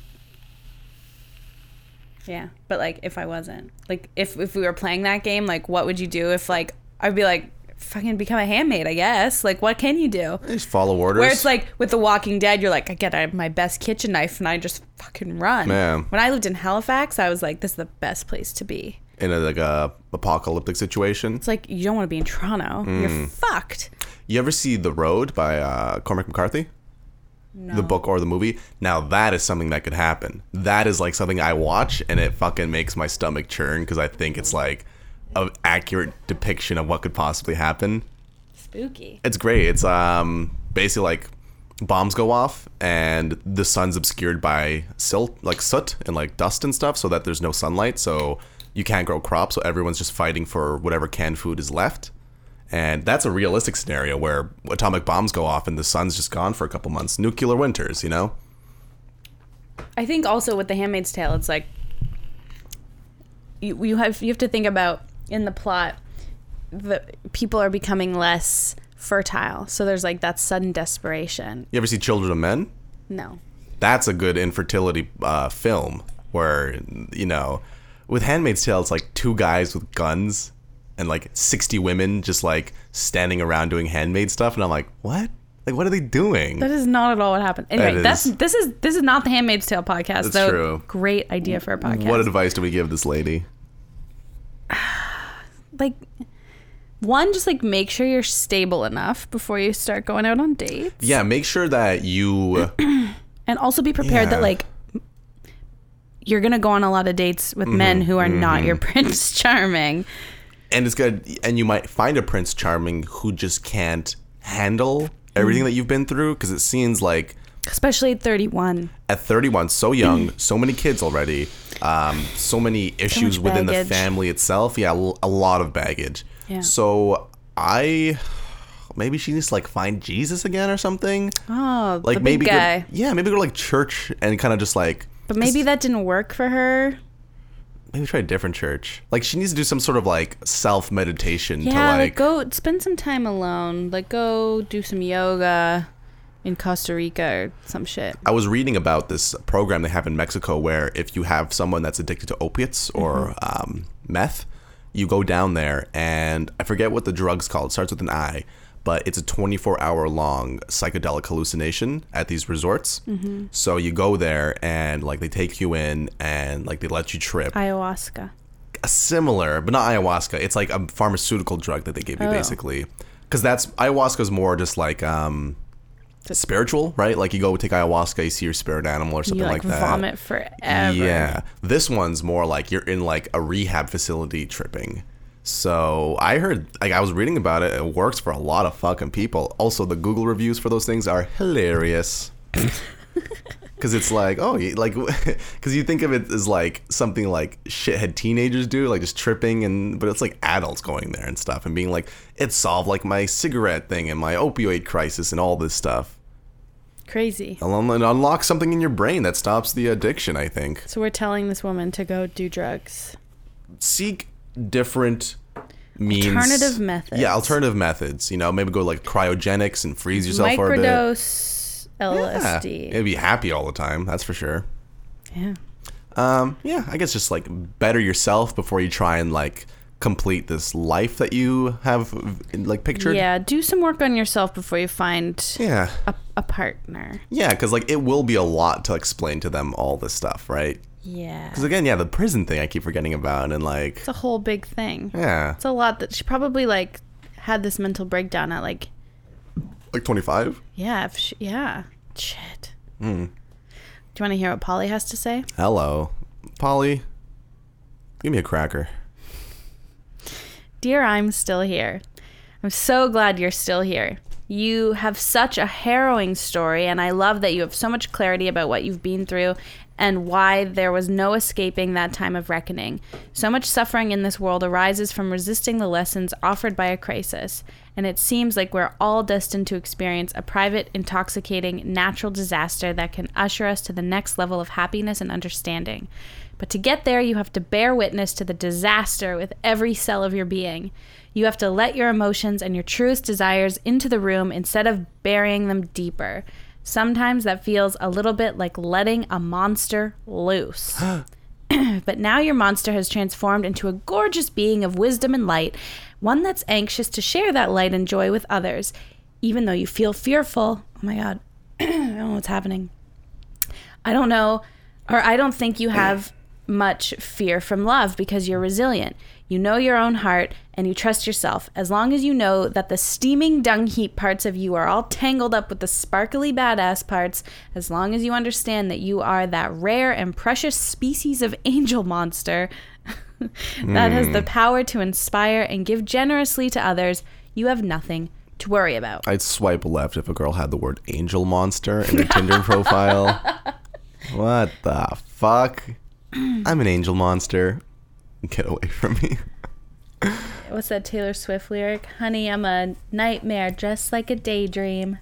Speaker 2: yeah, but like if I wasn't, like if if we were playing that game, like what would you do if like I'd be like fucking become a handmaid, I guess. Like what can you do?
Speaker 1: Just follow orders.
Speaker 2: Where it's like with The Walking Dead, you're like, I get out my best kitchen knife and I just fucking run.
Speaker 1: Man.
Speaker 2: When I lived in Halifax, I was like, this is the best place to be.
Speaker 1: in a like a apocalyptic situation.
Speaker 2: It's like you don't want to be in Toronto. You're fucked.
Speaker 1: You ever see The Road by uh, Cormac McCarthy? the book or the movie. Now that is something that could happen. That is like something I watch and it fucking makes my stomach churn because I think it's like an accurate depiction of what could possibly happen.
Speaker 2: Spooky.
Speaker 1: It's great. It's um basically like bombs go off and the sun's obscured by silt like soot and like dust and stuff so that there's no sunlight so you can't grow crops so everyone's just fighting for whatever canned food is left and that's a realistic scenario where atomic bombs go off and the sun's just gone for a couple months nuclear winters you know
Speaker 2: I think also with The Handmaid's Tale, it's like you, you have you have to think about in the plot the people are becoming less fertile, so there's like that sudden desperation.
Speaker 1: you ever see children of men
Speaker 2: No,
Speaker 1: that's a good infertility uh, film where you know with handmaid's tale it's like two guys with guns and like 60 women just like standing around doing handmade stuff and i'm like what like what are they doing
Speaker 2: that is not at all what happened. Anyway,
Speaker 1: That
Speaker 2: that's
Speaker 1: is-
Speaker 2: this is this is not The Handmaid's Tale podcast.
Speaker 1: That's
Speaker 2: so
Speaker 1: true.
Speaker 2: Great idea for a podcast.
Speaker 1: what advice do we give this lady
Speaker 2: like one, just like make sure you're stable enough before you start going out on dates.
Speaker 1: yeah make sure that you *clears throat*
Speaker 2: and also be prepared
Speaker 1: Yeah.
Speaker 2: that like you're gonna go on a lot of dates
Speaker 1: Mm-hmm,
Speaker 2: with men who are not your *laughs* prince charming
Speaker 1: and it's good and you might find a prince charming who just can't handle everything that you've been through because it seems like
Speaker 2: especially at 31
Speaker 1: at 31, so
Speaker 2: *clears throat*
Speaker 1: young, so many kids already, um, so many issues within the
Speaker 2: baggage.
Speaker 1: family itself. Yeah, l- a lot of baggage.
Speaker 2: Yeah.
Speaker 1: So I maybe she needs to like find Jesus again or something.
Speaker 2: oh
Speaker 1: Like
Speaker 2: the
Speaker 1: maybe
Speaker 2: big
Speaker 1: go-
Speaker 2: guy
Speaker 1: yeah, maybe go to like church and kind of just like
Speaker 2: but maybe that didn't work for her
Speaker 1: maybe try a different church. Like she needs to do some sort of like self meditation to
Speaker 2: yeah like,
Speaker 1: like
Speaker 2: go spend some time alone like go do some yoga in costa rica or some shit
Speaker 1: I was reading about this program they have in Mexico where if you have someone that's addicted to opiates or um, meth, you go down there and I forget what the drug's called. It starts with an I, but it's a 24 hour long psychedelic hallucination at these resorts. So you go there and like they take you in and like they let you trip.
Speaker 2: ayahuasca
Speaker 1: A similar, but not ayahuasca. It's like a pharmaceutical drug that they give you
Speaker 2: Oh.
Speaker 1: basically. 'Cause basically. Because that's ayahuasca is more just like um, spiritual, right? Like you go take ayahuasca, you see your spirit animal or something
Speaker 2: you like,
Speaker 1: like, that.
Speaker 2: vomit forever
Speaker 1: Yeah. This one's more like you're in like a rehab facility tripping. So I heard, like, I was reading about it. It works for a lot of fucking people. Also, the Google reviews for those things are hilarious. Because it's like, oh, you- like, *laughs* because you think of it as like something like shithead teenagers do, like just tripping, and but it's like adults going there and stuff and being like, it solved like my cigarette thing and my opioid crisis and all this stuff.
Speaker 2: crazy
Speaker 1: It'll un- unlock something in your brain that stops the addiction, I think.
Speaker 2: so we're telling this woman to go do drugs
Speaker 1: seek different means
Speaker 2: Alternative methods.
Speaker 1: yeah alternative methods you know maybe go like cryogenics and freeze yourself for a bit
Speaker 2: microdose
Speaker 1: yeah.
Speaker 2: lsd
Speaker 1: it'd be happy all the time that's for sure
Speaker 2: yeah.
Speaker 1: um yeah i guess just like better yourself before you try and like complete this life that you have like pictured
Speaker 2: Yeah, do some work on yourself before you find
Speaker 1: yeah
Speaker 2: a, a partner.
Speaker 1: yeah because like it will be a lot to explain to them all this stuff right
Speaker 2: Yeah.
Speaker 1: because again yeah the prison thing i keep forgetting about and like
Speaker 2: It's a whole big thing.
Speaker 1: yeah
Speaker 2: It's a lot that she probably like had this mental breakdown at like,
Speaker 1: like 25
Speaker 2: yeah, if she, yeah. Shit. Do you want to hear what Polly has to say?
Speaker 1: hello polly give me a cracker
Speaker 2: Dear, I'm still here. I'm so glad you're still here. You have such a harrowing story, and I love that you have so much clarity about what you've been through and why there was no escaping that time of reckoning. So much suffering in this world arises from resisting the lessons offered by a crisis, and it seems like we're all destined to experience a private, intoxicating, natural disaster that can usher us to the next level of happiness and understanding. But to get there, you have to bear witness to the disaster with every cell of your being. You have to let your emotions and your truest desires into the room instead of burying them deeper. Sometimes that feels a little bit like letting a monster loose. *clears throat* but now your monster has transformed into a gorgeous being of wisdom and light, one that's anxious to share that light and joy with others. Even though you feel fearful, oh my God, *clears throat* I don't know what's happening. I don't know, or I don't think you have much fear from love because you're resilient. You know your own heart and you trust yourself. As long as you know that the steaming dung heap parts of you are all tangled up with the sparkly badass parts, as long as you understand that you are that rare and precious species of angel monster *laughs* that has the power to inspire and give generously to others, you have nothing to worry about.
Speaker 1: I'd swipe left if a girl had the word angel monster in her Tinder *laughs* profile. What the fuck? I'm an angel monster. Get away from me.
Speaker 2: What's that Taylor Swift lyric? Honey, I'm a nightmare just like a daydream.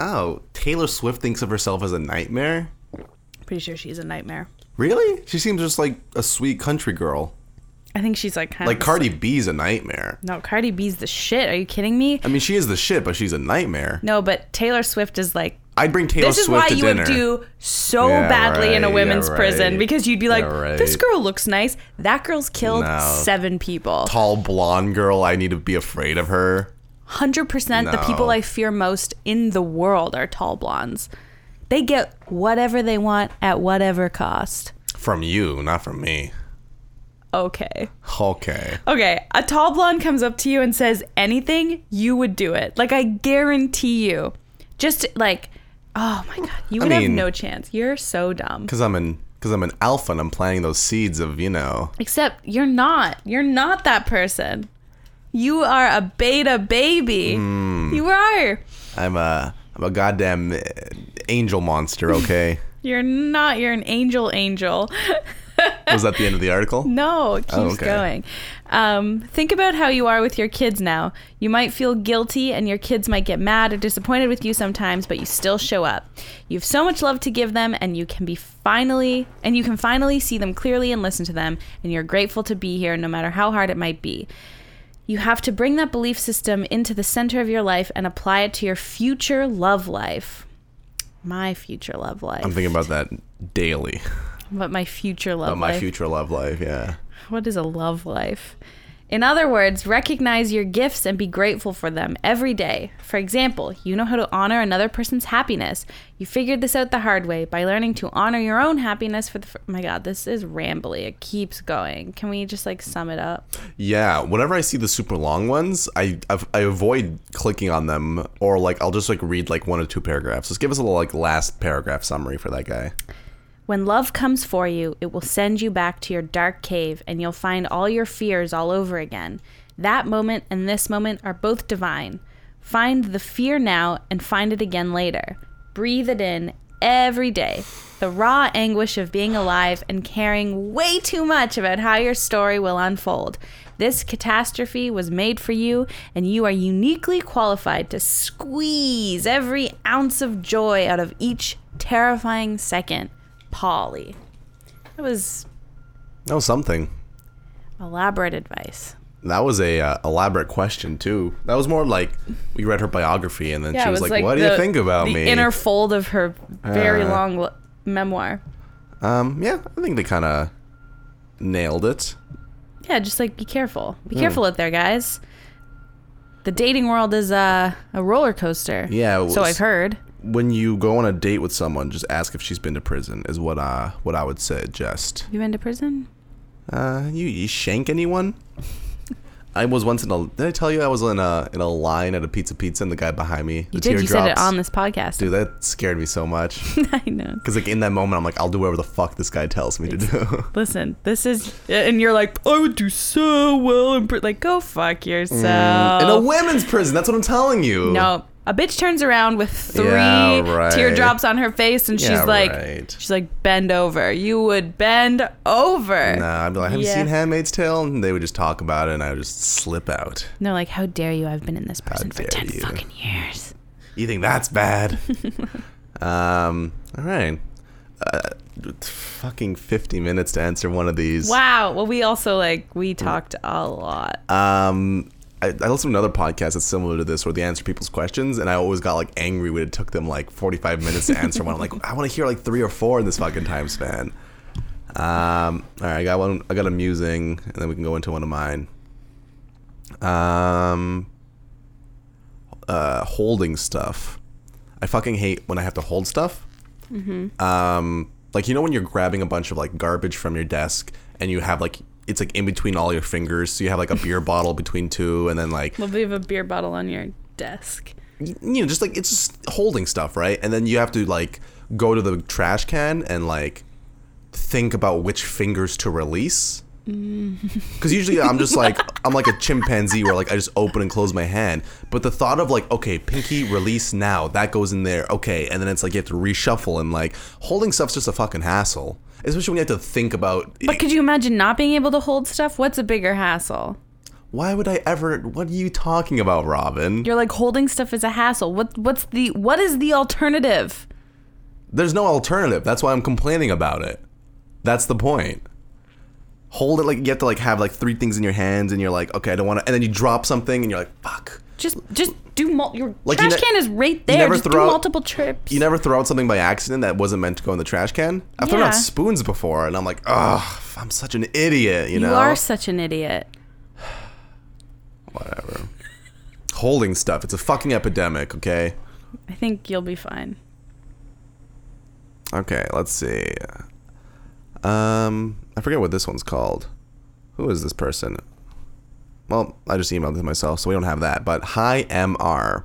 Speaker 1: Oh, Taylor Swift thinks of herself as a nightmare?
Speaker 2: Pretty sure she's a nightmare.
Speaker 1: Really? She seems just like a sweet country girl.
Speaker 2: I think she's like kind
Speaker 1: Like
Speaker 2: of
Speaker 1: Cardi B's a nightmare.
Speaker 2: No, Cardi B's the shit. Are you kidding me?
Speaker 1: I mean, she is the shit, but she's a nightmare.
Speaker 2: No, but Taylor Swift is like
Speaker 1: I'd bring Taylor
Speaker 2: this is
Speaker 1: Swift
Speaker 2: why
Speaker 1: to
Speaker 2: you
Speaker 1: dinner.
Speaker 2: would do so
Speaker 1: Yeah,
Speaker 2: badly in a
Speaker 1: right,
Speaker 2: women's
Speaker 1: yeah,
Speaker 2: prison
Speaker 1: right.
Speaker 2: because you'd be like,
Speaker 1: Yeah, right.
Speaker 2: this girl looks nice. That girl's killed
Speaker 1: No.
Speaker 2: seven people.
Speaker 1: Tall blonde girl, I need to be afraid of her.
Speaker 2: 100% the
Speaker 1: No.
Speaker 2: people I fear most in the world are tall blondes. They get whatever they want at whatever cost.
Speaker 1: From you, not from me.
Speaker 2: Okay.
Speaker 1: Okay.
Speaker 2: Okay, a tall blonde comes up to you and says anything, you would do it. Like I guarantee you. Just like, oh my god, you would have
Speaker 1: mean-
Speaker 2: no chance. You're so dumb.
Speaker 1: Cause I'm an cause I'm an alpha and I'm planting those seeds of, you know.
Speaker 2: Except you're not. You're not that person. You are a beta baby. You are.
Speaker 1: I'm a I'm a goddamn uh, angel
Speaker 2: *laughs*
Speaker 1: monster, okay?
Speaker 2: You're not. You're an angel angel.
Speaker 1: Was that the end of the article?
Speaker 2: No, it keeps
Speaker 1: Oh, okay.
Speaker 2: going. Um, think about how you are with your kids now. You might feel guilty, and your kids might get mad or disappointed with you sometimes, but you still show up. You have so much love to give them, and you can be finally, and you can finally see them clearly and listen to them, and you're grateful to be here, no matter how hard it might be. You have to bring that belief system into the center of your life and apply it to your future love life. My future love life.
Speaker 1: I'm thinking about that daily.
Speaker 2: but my future love
Speaker 1: My
Speaker 2: life.
Speaker 1: future love life, yeah.
Speaker 2: What is a love life? In other words, recognize your gifts and be grateful for them every day. For example, you know how to honor another person's happiness. You figured this out the hard way by learning to honor your own happiness for the. Fr- my God, this is rambly. It keeps going. Can we just like sum it up?
Speaker 1: Yeah, whenever I see the super long ones, I I I avoid clicking on them or like I'll just like read like one or two paragraphs. Just give us a little like last paragraph summary for that guy.
Speaker 2: When love comes for you, it will send you back to your dark cave and you'll find all your fears all over again. That moment and this moment are both divine. Find the fear now and find it again later. Breathe it in every day. The raw anguish of being alive and caring way too much about how your story will unfold. This catastrophe was made for you, and you are uniquely qualified to squeeze every ounce of joy out of each terrifying second. Polly. That was
Speaker 1: Oh, something.
Speaker 2: elaborate advice.
Speaker 1: That was a uh, elaborate question too. That was more like we read her biography and then she was, like, "What do you think about
Speaker 2: the
Speaker 1: me?"
Speaker 2: inner fold of her very
Speaker 1: Uh.
Speaker 2: long l- memoir.
Speaker 1: um, yeah, I think they kind of nailed it.
Speaker 2: Yeah, just like be careful. Be
Speaker 1: Hmm.
Speaker 2: careful out there, guys. The dating world is uh, a roller coaster.
Speaker 1: Yeah, it
Speaker 2: So
Speaker 1: was-
Speaker 2: I've heard.
Speaker 1: When you go on a date with someone, just ask if she's been to prison is what uh what I would suggest.
Speaker 2: You been to prison?
Speaker 1: Uh, you, you shank anyone? I was once in a. Did I tell you I was in a in a line at a pizza pizza and the guy behind me? the
Speaker 2: You did. You said it
Speaker 1: teardrops?
Speaker 2: on this podcast.
Speaker 1: Dude, that scared me so much.
Speaker 2: *laughs* I know.
Speaker 1: Cause like in that moment, I'm like, I'll do whatever the fuck this guy tells me to
Speaker 2: *laughs*
Speaker 1: do.
Speaker 2: Listen, this is, and you're like, I would do so well. In pri-. Like, go fuck
Speaker 1: Mm,
Speaker 2: yourself.
Speaker 1: in a women's prison, that's what I'm telling you.
Speaker 2: Oh. No, a bitch turns around with three
Speaker 1: Yeah, right.
Speaker 2: teardrops on her face, and she's
Speaker 1: Yeah,
Speaker 2: like,
Speaker 1: right.
Speaker 2: she's like, bend over. You would bend over.
Speaker 1: Nah, I'd be like, have
Speaker 2: Yeah.
Speaker 1: you seen *Handmaid's Tale*? And they would just talk about it, and I would just slip out.
Speaker 2: And they're like, how dare you? I've been in this prison for
Speaker 1: dare
Speaker 2: ten
Speaker 1: you."
Speaker 2: fucking years.
Speaker 1: You think that's bad? um, all right. Uh, fucking 50 minutes to answer one of these.
Speaker 2: Wow. Well, we also like we
Speaker 1: Mm.
Speaker 2: talked a lot.
Speaker 1: Um, I, I listened to another podcast that's similar to this where they answer people's questions, and I always got like angry when it took them like 45 minutes to answer one. I'm like, *laughs* I want to hear like three or four in this fucking time span. Um, all right, I got one. I got a musing, and then we can go into one of mine. Um, uh, holding stuff. I fucking hate when I have to hold stuff. Um, like you know when you're grabbing a bunch of like garbage from your desk and you have like it's like in between all your fingers, so you have like a beer *laughs* bottle between two, and then like
Speaker 2: Well, we have a beer bottle on your desk.
Speaker 1: you know, just like it's just holding stuff, right? And then you have to like go to the trash can and like think about which fingers to release. Because usually I'm just like I'm like a chimpanzee where like I just open and close my hand. But the thought of like okay, pinky release now that goes in there, okay, and then it's like you have to reshuffle and like holding stuff's just a fucking hassle, especially when you have to think about.
Speaker 2: But could you imagine not being able to hold stuff? What's a bigger hassle?
Speaker 1: why would I ever? What are you talking about, Robin?
Speaker 2: You're like holding stuff is a hassle. What what's the what is the alternative?
Speaker 1: There's no alternative. That's why I'm complaining about it. That's the point. Hold it like you have to like have like three things in your hands and you're like, okay, I don't want to. And then you drop something and you're like, fuck.
Speaker 2: Just just do mul- your
Speaker 1: Like, you
Speaker 2: trash
Speaker 1: ne-
Speaker 2: can is right there.
Speaker 1: never
Speaker 2: just do
Speaker 1: throw out-
Speaker 2: multiple trips.
Speaker 1: You never throw out something by accident that wasn't meant to go in the trash can. I've thrown
Speaker 2: Yeah.
Speaker 1: out spoons before and I'm like, ugh, I'm such an idiot, you know?
Speaker 2: you are such an idiot.
Speaker 1: Whatever. Holding stuff. It's a fucking epidemic, okay?
Speaker 2: I think you'll be fine.
Speaker 1: Okay, let's see. Um, I forget what this one's called. Who is this person? Well, I just emailed it to myself, so we don't have that. But hi, MR.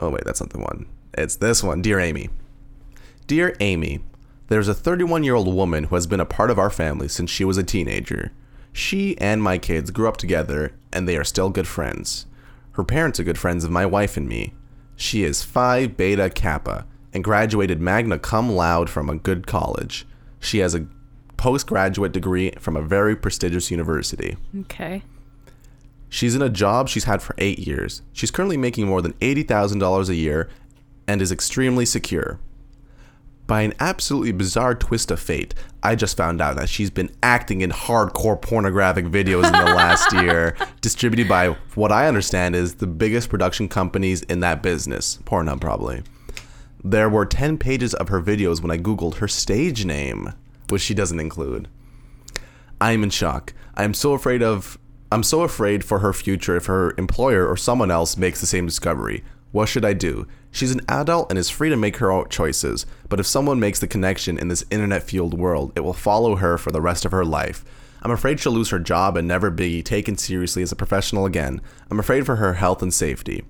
Speaker 1: Oh wait, that's not the one. It's this one, dear Amy. Dear Amy, there's a 31 year old woman who has been a part of our family since she was a teenager. She and my kids grew up together, and they are still good friends. Her parents are good friends of my wife and me. She is Phi Beta Kappa and graduated magna cum laude from a good college. She has a postgraduate degree from a very prestigious university.
Speaker 2: Okay.
Speaker 1: She's in a job she's had for eight years. She's currently making more than $80,000 a year and is extremely secure. By an absolutely bizarre twist of fate, I just found out that she's been acting in hardcore pornographic videos in the last year, distributed by what I understand is the biggest production companies in that business. Pornhub, probably. There were 10 pages of her videos when I Googled her stage name, which she doesn't include. I am in shock. I am so afraid of. I'm so afraid for her future if her employer or someone else makes the same discovery. What should I do? She's an adult and is free to make her own choices, but if someone makes the connection in this internet fueled world, it will follow her for the rest of her life. I'm afraid she'll lose her job and never be taken seriously as a professional again. I'm afraid for her health and safety.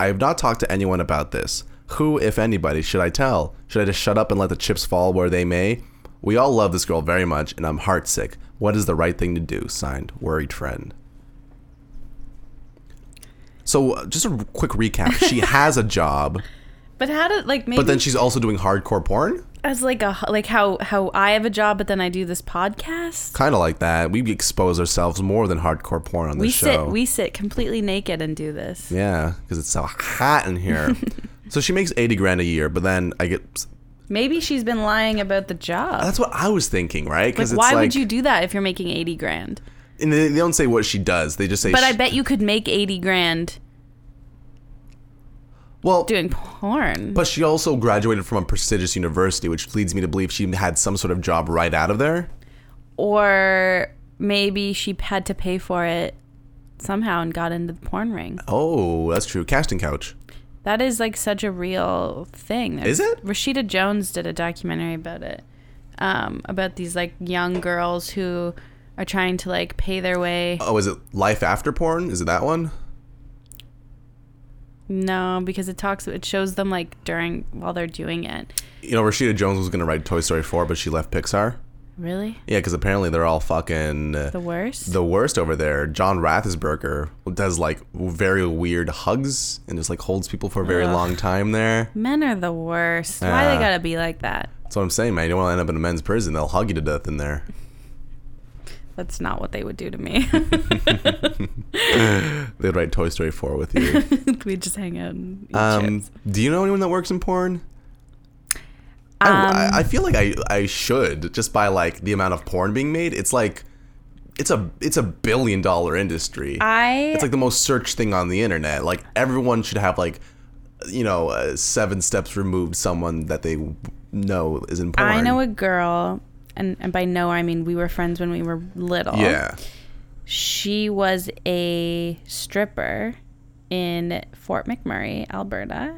Speaker 1: I have not talked to anyone about this. Who, if anybody, should I tell? Should I just shut up and let the chips fall where they may? We all love this girl very much, and I'm heartsick. What is the right thing to do? Signed, worried friend. So, uh, just a quick recap.
Speaker 2: *laughs*
Speaker 1: She has a job,
Speaker 2: But how did like maybe
Speaker 1: but then she's also doing hardcore porn?
Speaker 2: as like a like how how I have a job but then I do this podcast?
Speaker 1: Kind of like that. We expose ourselves more than hardcore porn on this
Speaker 2: We
Speaker 1: show.
Speaker 2: sit we sit completely naked and do this.
Speaker 1: yeah, because it's so hot in
Speaker 2: *laughs*
Speaker 1: here. so, she makes 80 grand a year, but then I get.
Speaker 2: Maybe she's been lying about the job.
Speaker 1: That's what I was thinking, right?
Speaker 2: Like
Speaker 1: Because
Speaker 2: why would you do that if you're making 80 grand?
Speaker 1: And they, they don't say what she does. They just say.
Speaker 2: But
Speaker 1: she,
Speaker 2: I bet you could make 80 grand
Speaker 1: Well,
Speaker 2: doing porn.
Speaker 1: but she also graduated from a prestigious university, which leads me to believe she had some sort of job right out of there.
Speaker 2: or maybe she had to pay for it somehow and got into the porn ring.
Speaker 1: Oh, that's true. Casting couch.
Speaker 2: That is like such a real thing.
Speaker 1: Is it?
Speaker 2: Rashida Jones did a documentary about it, um, about these like young girls who are trying to like pay their way.
Speaker 1: Oh, is it life after porn? Is it that one?
Speaker 2: No, because it talks, it shows them like during while they're doing it.
Speaker 1: You know, Rashida Jones was gonna write Toy Story 4, but she left Pixar.
Speaker 2: Really,
Speaker 1: Yeah, because apparently they're all fucking uh,
Speaker 2: the worst.
Speaker 1: the worst over there. John Rathesberger does like very weird hugs and just like holds people for a very long time there.
Speaker 2: Men are the worst. Why they
Speaker 1: Ah.
Speaker 2: gotta be like that?
Speaker 1: That's what I'm saying, man. You don't want to end up in a men's prison. They'll hug you to death in there.
Speaker 2: That's not what they would do
Speaker 1: *laughs*
Speaker 2: to me.
Speaker 1: They'd write Toy Story 4 with
Speaker 2: *laughs*
Speaker 1: you.
Speaker 2: we just hang out and eat
Speaker 1: Um,
Speaker 2: chips.
Speaker 1: do you know anyone that works in porn? I- I,
Speaker 2: Um,
Speaker 1: I feel like I, I should just by like the amount of porn being made. It's like it's a it's a billion dollar industry.
Speaker 2: I
Speaker 1: it's like the most searched thing on the internet. Like everyone should have like you know uh, seven steps removed someone that they know is in porn.
Speaker 2: I know a girl, and, and by know I mean we were friends when we were little.
Speaker 1: Yeah,
Speaker 2: She was a stripper in Fort McMurray, Alberta.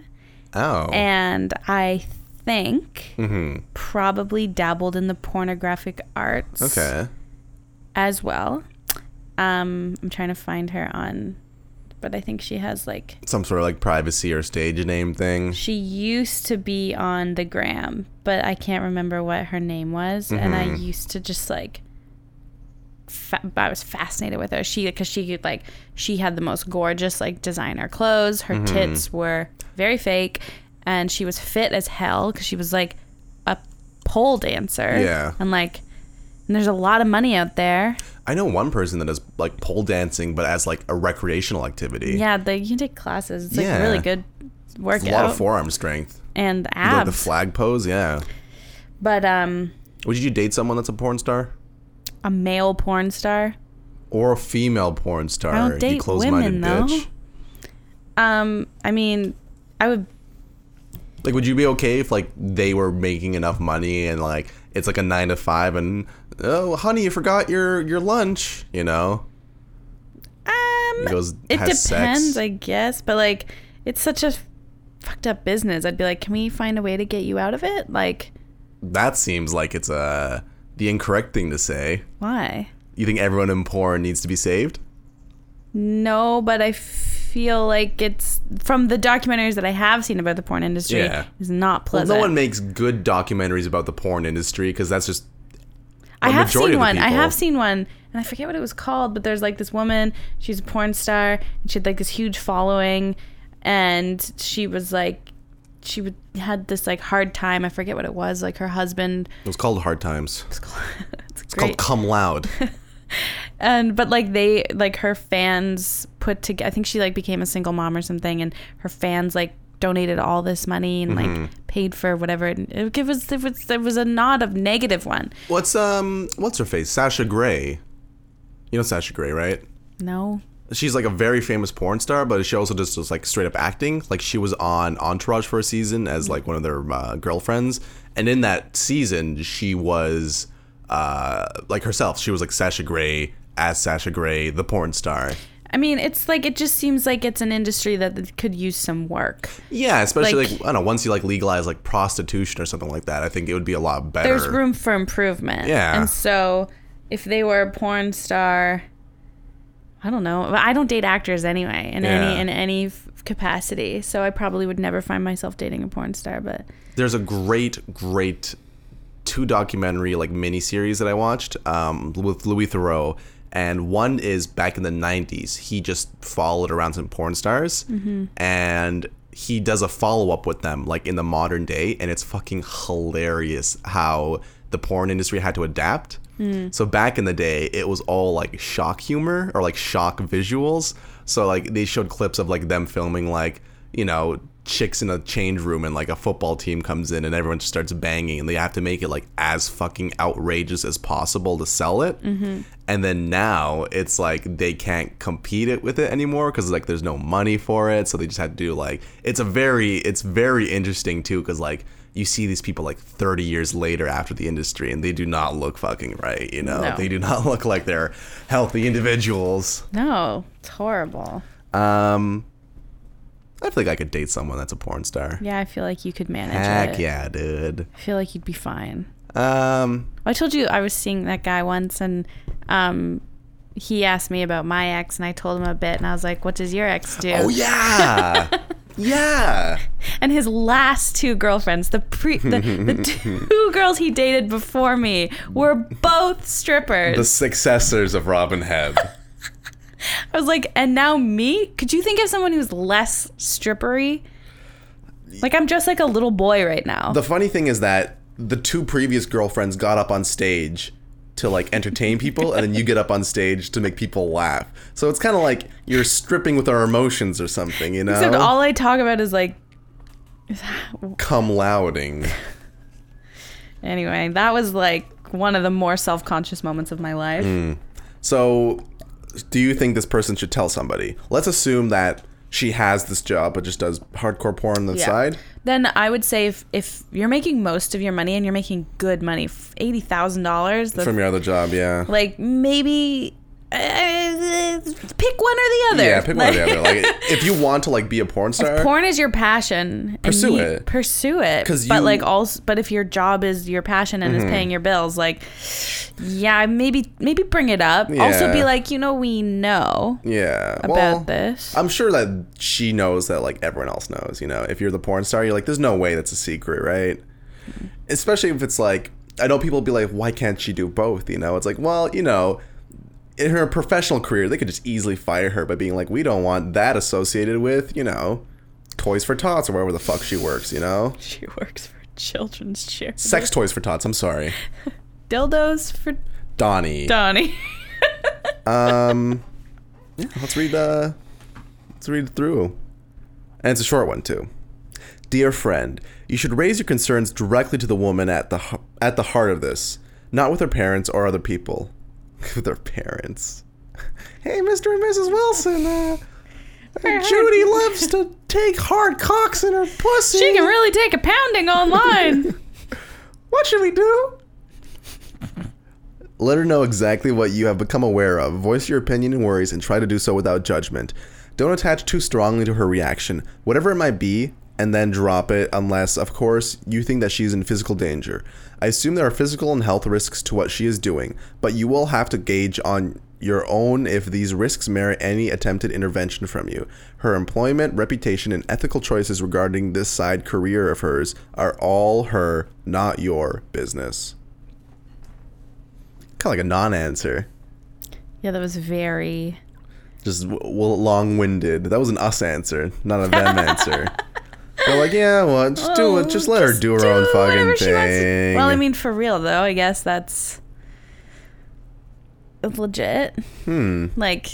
Speaker 1: oh,
Speaker 2: And I think, probably dabbled in the pornographic arts
Speaker 1: Okay.
Speaker 2: as well. Um, I'm trying to find her on, but I think she has like
Speaker 1: Some sort of like privacy or stage name thing.
Speaker 2: she used to be on the gram, but I can't remember what her name was, and I
Speaker 1: Mm-hmm.
Speaker 2: used to just like. Fa- I was fascinated with her. She because she could, like she had the most gorgeous like designer clothes. Her
Speaker 1: Mm-hmm.
Speaker 2: tits were very fake, and she was fit as hell because she was like a pole dancer.
Speaker 1: Yeah.
Speaker 2: and like, and there's a lot of money out there.
Speaker 1: I know one person that does like pole dancing, but as like a recreational activity.
Speaker 2: Yeah, the, you can take classes. It's like
Speaker 1: Yeah.
Speaker 2: really good
Speaker 1: It's a lot
Speaker 2: workout
Speaker 1: of forearm strength.
Speaker 2: and the
Speaker 1: Like the
Speaker 2: abs.
Speaker 1: flag pose, yeah.
Speaker 2: but um,
Speaker 1: Would you date someone that's a porn star?
Speaker 2: a male porn star.
Speaker 1: Or a female porn star?
Speaker 2: I don't
Speaker 1: you
Speaker 2: date
Speaker 1: close-minded
Speaker 2: women, though. Um, I mean, I would.
Speaker 1: Like, would you be okay if like they were making enough money and like it's like a nine to five and oh honey you forgot your your lunch you know
Speaker 2: Um,
Speaker 1: He goes,
Speaker 2: it
Speaker 1: has
Speaker 2: depends,
Speaker 1: sex.
Speaker 2: I guess. But like, it's such a fucked up business. I'd be like, can we find a way to get you out of it? Like,
Speaker 1: that seems like it's uh the incorrect thing to say.
Speaker 2: why?
Speaker 1: You think everyone in porn needs to be saved?
Speaker 2: No, but I feel like it's from the documentaries that I have seen about the porn industry
Speaker 1: Yeah.
Speaker 2: is not
Speaker 1: Well,
Speaker 2: pleasant.
Speaker 1: no one makes good documentaries about the porn industry because that's just
Speaker 2: I have
Speaker 1: majority
Speaker 2: seen
Speaker 1: of the
Speaker 2: one. I
Speaker 1: people.
Speaker 2: have seen one, and I forget what it was called, but there's like this woman. She's a porn star, and she had like this huge following, and she was like, she would, had this like hard time. I forget what it was. Like her husband *laughs*
Speaker 1: it was called hard times.
Speaker 2: was called. it's
Speaker 1: It's
Speaker 2: great.
Speaker 1: called come loud.
Speaker 2: and but like they like her fans put together. I think she like became a single mom or something, and her fans like donated all this money and
Speaker 1: Mm-hmm.
Speaker 2: like paid for whatever. It, it was it was it was a nod of negative one.
Speaker 1: what's um what's her face? Sasha Grey. You know Sasha Grey, right?
Speaker 2: No,
Speaker 1: She's like a very famous porn star, but she also just does like straight up acting. Like she was on Entourage for a season
Speaker 2: Mm.
Speaker 1: as like one of their uh, girlfriends, and in that season she was uh like herself. She was like Sasha Grey as Sasha Grey, the porn star.
Speaker 2: I mean, it's like it just seems like it's an industry that could use some work.
Speaker 1: Yeah, especially like,
Speaker 2: Like-
Speaker 1: I don't know. Once you like legalize like prostitution or something like that, I think it would be a lot better.
Speaker 2: There's room for improvement.
Speaker 1: Yeah.
Speaker 2: And so, if they were a porn star, I don't know. I don't date actors anyway in
Speaker 1: Yeah.
Speaker 2: any in any f- capacity. So I probably would never find myself dating a porn star. But
Speaker 1: There's a great, great two documentary like miniseries that I watched um, with Louis Theroux, and one is back in the '90s. He just followed around some porn stars, and he does a follow up with them like in the modern day, and it's fucking hilarious how the porn industry had to adapt. So back in the day, it was all like shock humor or like shock visuals. So like they showed clips of like them filming like you know, chicks in a change room and like a football team comes in and everyone just starts banging and they have to make it like as fucking outrageous as possible to sell it.
Speaker 2: Mm-hmm.
Speaker 1: And then now it's like they can't compete it with it anymore because like there's no money for it. So they just had to do like, it's a very, it's very interesting too because like you see these people like 30 years later after the industry and they do not look fucking right, you know?
Speaker 2: No.
Speaker 1: They do not *laughs* look like they're healthy individuals.
Speaker 2: no, it's horrible.
Speaker 1: Um, I feel like I could date someone that's a porn star.
Speaker 2: Yeah, I feel like you could manage
Speaker 1: Heck
Speaker 2: it.
Speaker 1: yeah, dude.
Speaker 2: I feel like you'd be fine.
Speaker 1: Um,
Speaker 2: I told you I was seeing that guy once, and um, he asked me about my ex, and I told him a bit, and I was like, "What does your ex do?"
Speaker 1: oh
Speaker 2: *laughs*
Speaker 1: yeah, yeah.
Speaker 2: and his last two girlfriends, the pre,
Speaker 1: *laughs*
Speaker 2: the, the two girls he dated before me, were both strippers.
Speaker 1: The successors of Robin Hebb.
Speaker 2: I was like, and now me? Could you think of someone who's less strippery? Like I'm just like a little boy right now.
Speaker 1: the funny thing is that the two previous girlfriends got up on stage to like entertain people, and then you get up on stage to make people laugh. So it's kind of like you're stripping with our emotions or something, you know?
Speaker 2: Except all I talk about is like.
Speaker 1: Come louding.
Speaker 2: Anyway, that was like one of the more self-conscious moments of my life.
Speaker 1: Mm. So, do you think this person should tell somebody? Let's assume that she has this job but just does hardcore porn on the
Speaker 2: Yeah.
Speaker 1: side.
Speaker 2: Then I would say if, if you're making most of your money and you're making good money, eighty thousand dollars,
Speaker 1: From your other job, yeah.
Speaker 2: like maybe uh, just pick one or the other.
Speaker 1: Yeah, pick one or
Speaker 2: *laughs*
Speaker 1: the other. Like if you want to like be a porn star,
Speaker 2: Porn is your passion. and
Speaker 1: Pursue
Speaker 2: you-
Speaker 1: it.
Speaker 2: Pursue it.
Speaker 1: 'Cause
Speaker 2: but
Speaker 1: you- Mm-hmm.
Speaker 2: like also, but if your job is your passion and is paying your bills, like, yeah, maybe maybe bring it up. Also, be
Speaker 1: Yeah.
Speaker 2: like, you know, we know
Speaker 1: yeah.
Speaker 2: about
Speaker 1: well,
Speaker 2: this.
Speaker 1: I'm sure that she knows that like everyone else knows, you know. If you're the porn star, you're like, there's no way that's a secret, right? Especially if it's like I know people be like, why can't she do both? You know, it's like, well, you know, in her professional career, they could just easily fire her by being like, we don't want that associated with, you know, Toys for Tots or wherever the fuck she works, you know?
Speaker 2: she works for children's charity.
Speaker 1: Sex Toys for Tots, I'm sorry.
Speaker 2: *laughs* Dildos for
Speaker 1: Donnie.
Speaker 2: Donnie. *laughs*
Speaker 1: Um, yeah, let's read. Uh, let's read through, and it's a short one too. Dear friend, you should raise your concerns directly to the woman at the h- at the heart of this, not with her parents or other people. *laughs* with her parents. Hey, Mr. and Mrs. Wilson. Uh, Judy loves to take hard cocks in her pussy.
Speaker 2: She can really take a pounding online.
Speaker 1: What should we do? Let her know exactly what you have become aware of. Voice your opinion and worries and try to do so without judgment. Don't attach too strongly to her reaction, whatever it might be, and then drop it unless, of course, you think that she's in physical danger. I assume there are physical and health risks to what she is doing, but you will have to gauge on your own if these risks merit any attempted intervention from you. Her employment, reputation, and ethical choices regarding this side career of hers are all her, not your business. Kind of like a non answer.
Speaker 2: *laughs* yeah, that was very.
Speaker 1: Just w- w- long winded. That was an us answer, not a
Speaker 2: *laughs*
Speaker 1: them answer. They're like, yeah, well, just do
Speaker 2: Oh,
Speaker 1: it. Just let her do her own fucking thing.
Speaker 2: Well, I mean, for real though, I guess that's legit. Hmm. Like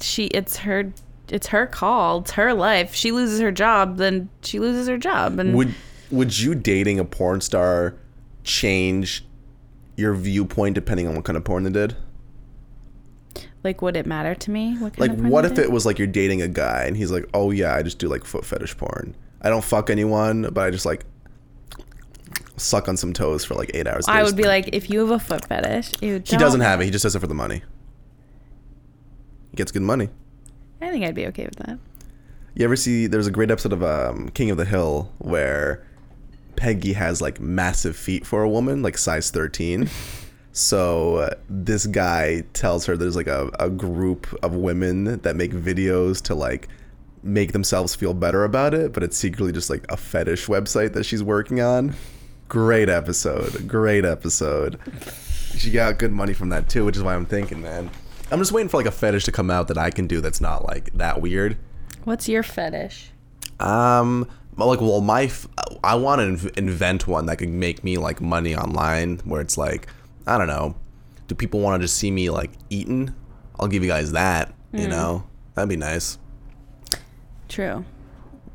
Speaker 2: she, it's her, it's her call. It's her life. She loses her job, then she loses her job, and
Speaker 1: Would would you dating a porn star change your viewpoint depending on what kind of porn they did?
Speaker 2: like, would it matter to me? What kind
Speaker 1: Like,
Speaker 2: of friend
Speaker 1: what
Speaker 2: I
Speaker 1: if
Speaker 2: did?
Speaker 1: it was like you're dating a guy and he's like, oh yeah, I just do like foot fetish porn. I don't fuck anyone, but I just like suck on some toes for like eight hours. a day."
Speaker 2: I would be like, if you have a foot fetish, you
Speaker 1: he doesn't have it. He just does it for the money. He gets good money.
Speaker 2: I think I'd be okay with that.
Speaker 1: You ever see? There's a great episode of um, King of the Hill where Peggy has like massive feet for a woman, like size 13. so uh, this guy tells her there's like a, a group of women that make videos to like make themselves feel better about it, but it's secretly just like a fetish website that she's working on. Great episode. Great episode. She got good money from that too, which is why I'm thinking, man. I'm just waiting for like a fetish to come out that I can do that's not like that weird.
Speaker 2: What's your fetish?
Speaker 1: Um, but, like, well, my f- I want to inv- invent one that could make me like money online, where it's like, I don't know, do people want to just see me like eaten? I'll give you guys that.
Speaker 2: Mm.
Speaker 1: You know, that'd be nice.
Speaker 2: True.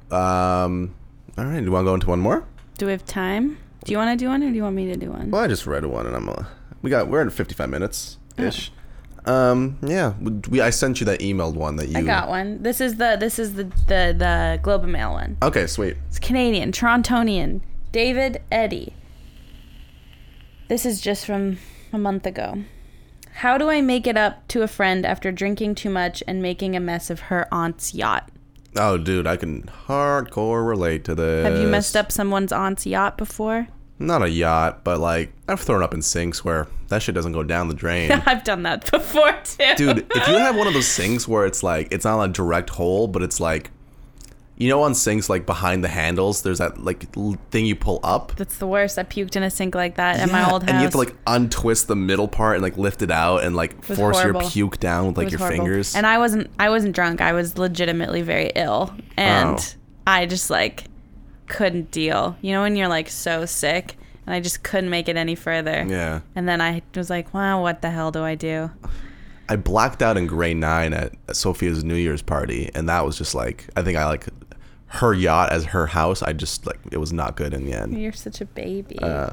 Speaker 1: Um, all right, do you want to go into one more?
Speaker 2: Do we have time? Do you want to do one, or do you want me to do one?
Speaker 1: Well, I just read one, and I'm uh, we got we're in 55 minutes ish. Um, yeah, we, we- I sent you that emailed one that you
Speaker 2: Oh. I got one. This is the this is the the the Globe and Mail one.
Speaker 1: Okay, sweet.
Speaker 2: It's Canadian, Torontonian, David Eddy. This is just from a month ago. How do I make it up to a friend after drinking too much and making a mess of her aunt's yacht?
Speaker 1: Oh, dude, I can hardcore relate to this.
Speaker 2: Have you messed up someone's aunt's yacht before? *laughs*
Speaker 1: not a yacht, but like I've thrown up in sinks where that shit doesn't go down the drain.
Speaker 2: *laughs* I've done that before too.
Speaker 1: Dude, if you have one of those sinks where it's like it's not a direct hole, but it's like you know on sinks like behind the handles, there's that like l- thing you pull up.
Speaker 2: That's the worst. I puked in a sink like that at
Speaker 1: Yeah,
Speaker 2: my old house.
Speaker 1: And you have to like untwist the middle part and like lift it out and like
Speaker 2: was
Speaker 1: force your
Speaker 2: horrible.
Speaker 1: puke down with like
Speaker 2: was
Speaker 1: your
Speaker 2: horrible.
Speaker 1: fingers.
Speaker 2: And I wasn't I wasn't drunk. I was legitimately very ill and
Speaker 1: Oh.
Speaker 2: I just like couldn't deal. You know when you're like so sick and I just couldn't make it any further.
Speaker 1: yeah.
Speaker 2: And then I was like, "Wow, what the hell do I do?"
Speaker 1: I blacked out in grade nine at Sophia's New Year's party, and that was just like I think I like her yacht as her house. I just like it was not good in the end.
Speaker 2: You're such a baby.
Speaker 1: Uh,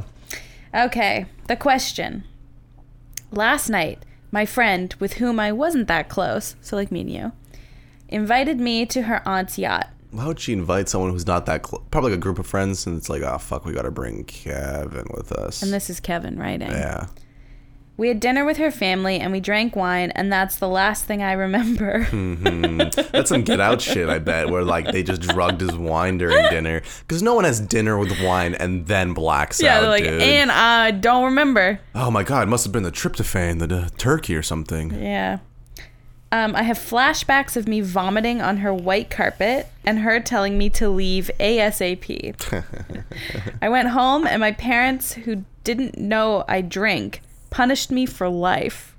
Speaker 2: Okay, the question. Last night, my friend, with whom I wasn't that close, so like me and you, invited me to her aunt's yacht.
Speaker 1: Why would she invite someone who's not that close? Probably like a group of friends, and it's like, oh fuck, we gotta bring Kevin with us.
Speaker 2: This is Kevin writing.
Speaker 1: yeah,
Speaker 2: We had dinner with her family and we drank wine, and that's the last thing I remember. *laughs*
Speaker 1: Hmm, That's some get out shit, I bet, where like they just drugged his wine during dinner. Because no one has dinner with wine and then blacks
Speaker 2: yeah,
Speaker 1: out,
Speaker 2: they're like,
Speaker 1: dude.
Speaker 2: and I don't remember.
Speaker 1: oh my god, it must have been the tryptophan, the, the turkey or something.
Speaker 2: Yeah. Um, I have flashbacks of me vomiting on her white carpet and her telling me to leave
Speaker 1: *laughs*
Speaker 2: ASAP. I went home, and my parents, who didn't know I drink, punished me for life.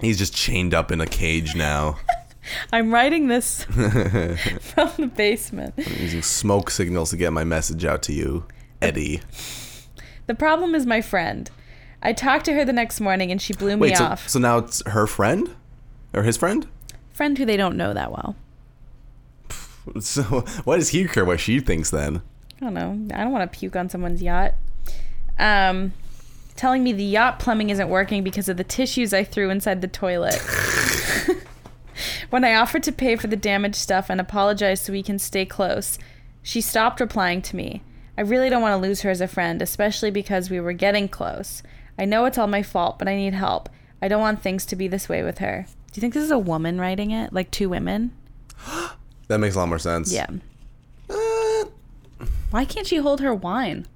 Speaker 1: He's just chained up in a cage now, *laughs*
Speaker 2: I'm writing this *laughs* from the basement.
Speaker 1: using smoke signals to get my message out to you, Eddie.
Speaker 2: The problem is my friend. I talked to her the next morning and she blew me
Speaker 1: Wait, so,
Speaker 2: off.
Speaker 1: so now it's her friend? Or his friend? *laughs*
Speaker 2: Friend who they don't know that well.
Speaker 1: So why does he care what she thinks then?
Speaker 2: I don't know. I don't want to puke on someone's yacht. Um, telling me the yacht plumbing isn't working because of the tissues I threw inside the toilet. *laughs* when I offered to pay for the damaged stuff and apologize so we can stay close, she stopped replying to me. I really don't want to lose her as a friend, especially because we were getting close. I know it's all my fault, but I need help. I don't want things to be this way with her. Do you think this is a woman writing it? Like two women?
Speaker 1: That makes a lot more sense.
Speaker 2: Yeah.
Speaker 1: Uh,
Speaker 2: Why can't she hold her wine?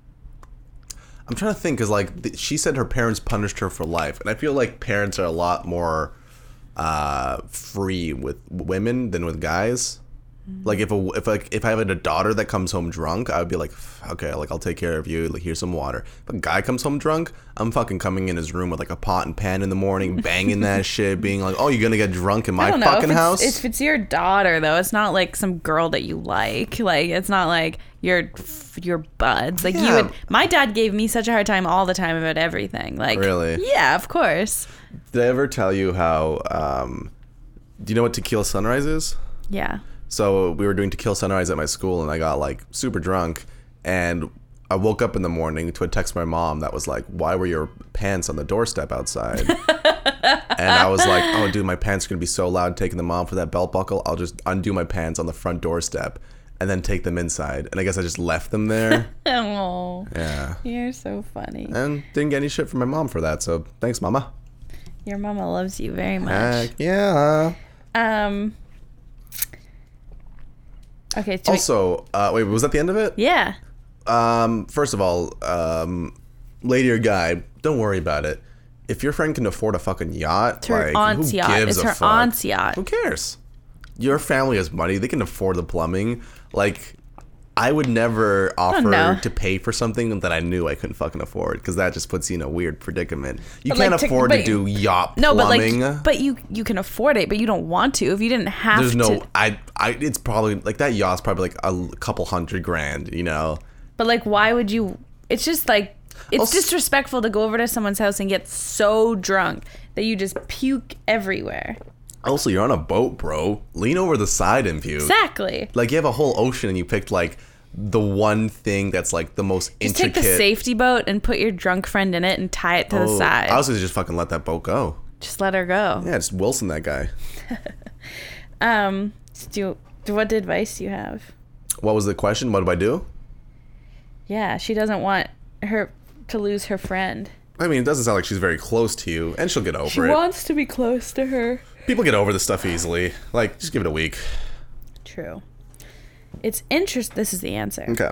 Speaker 1: I'm trying to think because like th- she said her parents punished her for life, and I feel like parents are a lot more uh, free with women than with guys.
Speaker 2: Mm-hmm.
Speaker 1: Like if a if like if I had a daughter that comes home drunk, I would be like, "F- okay, like I'll take care of you. Like here's some water. If a guy comes home drunk, I'm fucking coming in his room with like a pot and pan in the
Speaker 2: *laughs*
Speaker 1: morning, banging that shit, being like, oh, you're gonna get drunk in my
Speaker 2: I don't know.
Speaker 1: fucking
Speaker 2: if it's,
Speaker 1: house.
Speaker 2: If it's your daughter, though, it's not like some girl that you like. Like it's not like your your buds. Like you
Speaker 1: Yeah.
Speaker 2: would. My dad gave me such a hard time all the time about everything. Like
Speaker 1: Really?
Speaker 2: Yeah, of course.
Speaker 1: Did I ever tell you how? Um, do you know what Tequila Sunrise is?
Speaker 2: Yeah.
Speaker 1: So we were doing To Kill Sunrise at my school, and I got like super drunk, and I woke up in the morning to a text from my mom that was like, "Why were your pants on the doorstep outside?" and I was like, "Oh, dude, my pants are gonna be so loud taking them off for that belt buckle. I'll just undo my pants on the front doorstep." And then take them inside, and I guess I just left them there.
Speaker 2: Oh,
Speaker 1: yeah,
Speaker 2: you're so funny.
Speaker 1: and didn't get any shit from my mom for that. So thanks, mama.
Speaker 2: Your mama loves you very much.
Speaker 1: Heck yeah.
Speaker 2: Um. Okay. So
Speaker 1: Also, uh, wait, was that the end of it?
Speaker 2: yeah.
Speaker 1: Um, first of all, um, lady or guy, don't worry about it. If your friend can afford a fucking yacht,
Speaker 2: It's her
Speaker 1: like,
Speaker 2: aunt's
Speaker 1: who
Speaker 2: yacht.
Speaker 1: gives
Speaker 2: It's
Speaker 1: a
Speaker 2: her
Speaker 1: fuck?
Speaker 2: aunt's yacht.
Speaker 1: Who cares? Your family has money; they can afford the plumbing. Like, I would never
Speaker 2: Oh,
Speaker 1: offer
Speaker 2: know.
Speaker 1: to pay for something that I knew I couldn't fucking afford because that just puts you in a weird predicament. You
Speaker 2: But, like,
Speaker 1: can't
Speaker 2: to-
Speaker 1: afford to,
Speaker 2: but-
Speaker 1: do yacht
Speaker 2: No, but
Speaker 1: plumbing.
Speaker 2: like, but you you can afford it, but you don't want to if you didn't have
Speaker 1: There's
Speaker 2: to.
Speaker 1: no, I, I, it's probably like that yacht's probably like a l- couple hundred grand, you know.
Speaker 2: But like, why would you? It's just like it's
Speaker 1: Also-
Speaker 2: disrespectful to go over to someone's house and get so drunk that you just puke everywhere.
Speaker 1: Also, you're on a boat, bro. Lean over the side and view.
Speaker 2: Exactly.
Speaker 1: Like you have a whole ocean and you picked like the one thing that's like the most
Speaker 2: Just take
Speaker 1: intricate.
Speaker 2: the safety boat and put your drunk friend in it and tie it to the
Speaker 1: Oh,
Speaker 2: side.
Speaker 1: I was gonna just fucking let that boat go.
Speaker 2: just let her go.
Speaker 1: Yeah, just Wilson that guy.
Speaker 2: Um, so do what advice do you have?
Speaker 1: What was the question? What do I do?
Speaker 2: Yeah, she doesn't want her to lose her friend.
Speaker 1: I mean, it doesn't sound like she's very close to you, and she'll get over
Speaker 2: She
Speaker 1: it.
Speaker 2: wants to be close to her.
Speaker 1: People get over this stuff easily. Like, just give it a week.
Speaker 2: True. It's interest. This is the answer.
Speaker 1: Okay.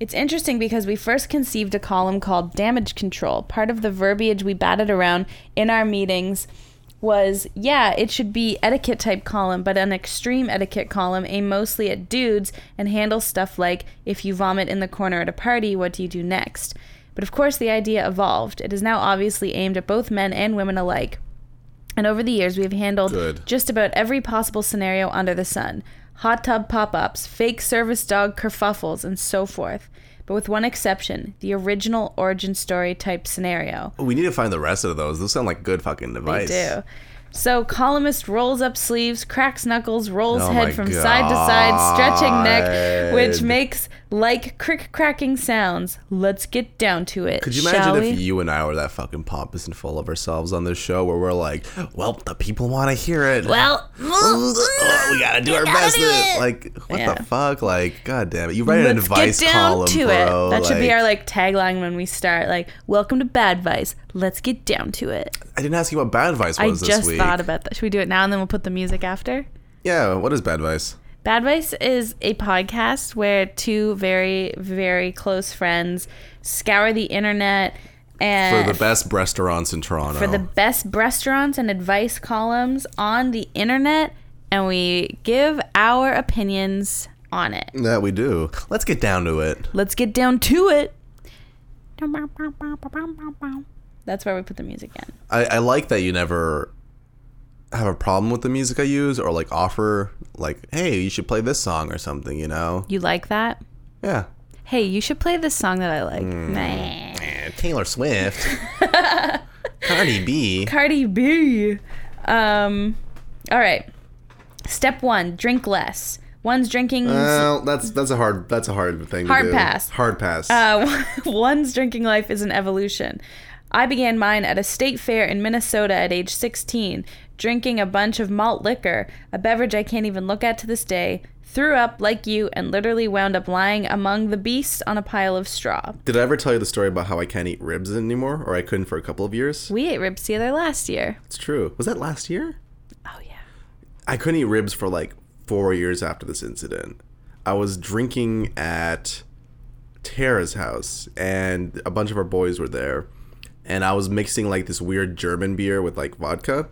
Speaker 2: It's interesting because we first conceived a column called damage control. Part of the verbiage we batted around in our meetings was yeah, it should be etiquette type column, but an extreme etiquette column aim mostly at dudes and handles stuff like if you vomit in the corner at a party, what do you do next? But of course, the idea evolved. It is now obviously aimed at both men and women alike. And over the years, we have handled
Speaker 1: Good.
Speaker 2: just about every possible scenario under the sun hot tub pop ups, fake service dog kerfuffles, and so forth. But with one exception the original origin story type scenario.
Speaker 1: We need to find the rest of those. Those sound like good fucking
Speaker 2: I
Speaker 1: advice.
Speaker 2: do. So, columnist rolls up sleeves, cracks knuckles, rolls
Speaker 1: Oh my
Speaker 2: head from side to side, stretching neck, which
Speaker 1: God.
Speaker 2: makes Like crick cracking sounds, let's get down to it.
Speaker 1: Could you
Speaker 2: shall
Speaker 1: imagine
Speaker 2: we?
Speaker 1: if you and I were that fucking pompous and full of ourselves on this show where we're like, well, the people want to hear it.
Speaker 3: Well,
Speaker 1: Oh, we gotta do our
Speaker 3: gotta
Speaker 1: best.
Speaker 3: do it.
Speaker 1: Like, what
Speaker 2: Yeah.
Speaker 1: the fuck? Like, god damn it! You write an
Speaker 2: Let's
Speaker 1: advice
Speaker 2: get down
Speaker 1: column,
Speaker 2: to
Speaker 1: bro.
Speaker 2: it. That should be
Speaker 1: like-
Speaker 2: our like tagline when we start. Like, welcome to Bad Vice. Let's get down to it.
Speaker 1: I didn't ask you what bad advice
Speaker 2: I
Speaker 1: was this
Speaker 2: just
Speaker 1: week.
Speaker 2: thought about that. Should we do it now and then we'll put the music after?
Speaker 1: yeah, what is bad advice?
Speaker 2: Bad Vice is a podcast where two very, very close friends scour the internet
Speaker 1: For
Speaker 2: and
Speaker 1: the best restaurants in Toronto.
Speaker 2: for the best restaurants and advice columns on the internet, and we give our opinions on it.
Speaker 1: that we do. Let's get down to it.
Speaker 2: Let's get down to it. That's where we put the music in.
Speaker 1: I, I like that you never have a problem with the music I use or like offer like, hey, you should play this song or something. You know?
Speaker 2: You like that?
Speaker 1: Yeah.
Speaker 2: Hey, you should play this song that I like.
Speaker 1: Mm.
Speaker 2: Nah.
Speaker 1: Eh, Taylor
Speaker 2: *laughs*
Speaker 1: Swift, Cardi B.
Speaker 2: Cardi B. Um, all right. Step one: drink less. One's drinking.
Speaker 1: Well, that's that's a hard that's a hard thing.
Speaker 2: Hard
Speaker 1: to do.
Speaker 2: pass.
Speaker 1: Hard pass.
Speaker 2: Uh, *laughs* one's drinking life is an evolution. I began mine at a state fair in Minnesota at age 16, drinking a bunch of malt liquor, a beverage I can't even look at to this day. Threw up like you and literally wound up lying among the beasts on a pile of straw.
Speaker 1: Did I ever tell you the story about how I can't eat ribs anymore, or I couldn't for a couple of years?
Speaker 2: We ate ribs together last year.
Speaker 1: It's true. Was that last year?
Speaker 2: Oh, yeah.
Speaker 1: I couldn't eat ribs for like four years after this incident. I was drinking at Tara's house, and a bunch of our boys were there, and I was mixing like this weird German beer with like vodka.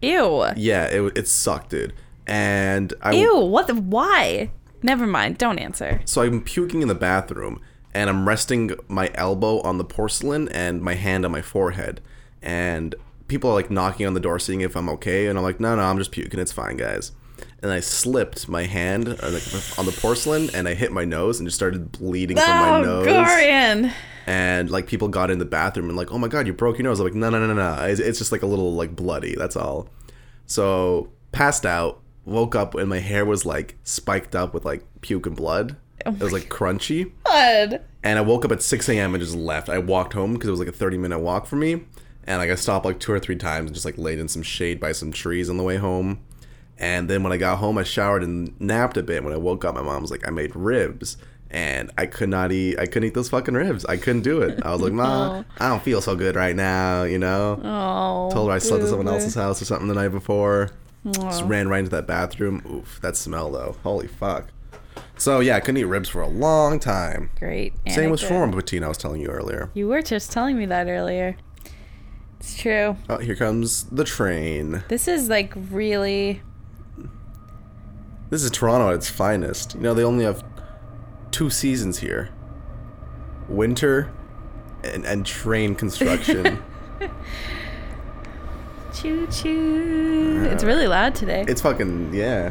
Speaker 2: Ew.
Speaker 1: Yeah, it it sucked, dude. And I
Speaker 2: Ew. What the? Why? Never mind. Don't answer.
Speaker 1: so I'm puking in the bathroom and I'm resting my elbow on the porcelain and my hand on my forehead. And people are like knocking on the door seeing if I'm okay. And I'm like, no, no, I'm just puking. It's fine, guys. And I slipped my hand uh, like, on the porcelain and I hit my nose and just started bleeding from my
Speaker 2: Oh,
Speaker 1: nose.
Speaker 2: Gorian.
Speaker 1: And like people got in the bathroom and like, oh my God, you broke your nose. I'm like, no, no, no, no, no. It's, it's just like a little like bloody. That's all. So passed out, woke up, and my hair was like spiked up with like puke and blood. it was like crunchy.
Speaker 2: God.
Speaker 1: And I woke up at 6 a.m. and just left. I walked home because it was like a 30 minute walk for me. And like I stopped like two or three times and just like laid in some shade by some trees on the way home. And then when I got home, I showered and napped a bit. When I woke up, my mom was like, I made ribs. And I could not eat. I couldn't eat those fucking ribs. I couldn't do it. I was
Speaker 2: *laughs*
Speaker 1: like, Ma, I don't feel so good right now. You know,
Speaker 2: Oh.
Speaker 1: told her I slept at someone
Speaker 2: boo-boo.
Speaker 1: else's house or something the night before. Just
Speaker 2: Aw.
Speaker 1: ran right into that bathroom. Oof, that smell though. Holy fuck. So yeah, I couldn't eat ribs for a long time.
Speaker 2: Great.
Speaker 1: Same with
Speaker 2: anecdote.
Speaker 1: shawarma poutine I was telling you earlier.
Speaker 2: You were just telling me that earlier. It's true.
Speaker 1: Oh, here comes the train.
Speaker 2: This is like really.
Speaker 1: This is Toronto at its finest. You know, they only have two seasons here. Winter and, and train construction.
Speaker 2: Choo choo.
Speaker 1: Uh,
Speaker 2: It's really loud today.
Speaker 1: it's fucking yeah.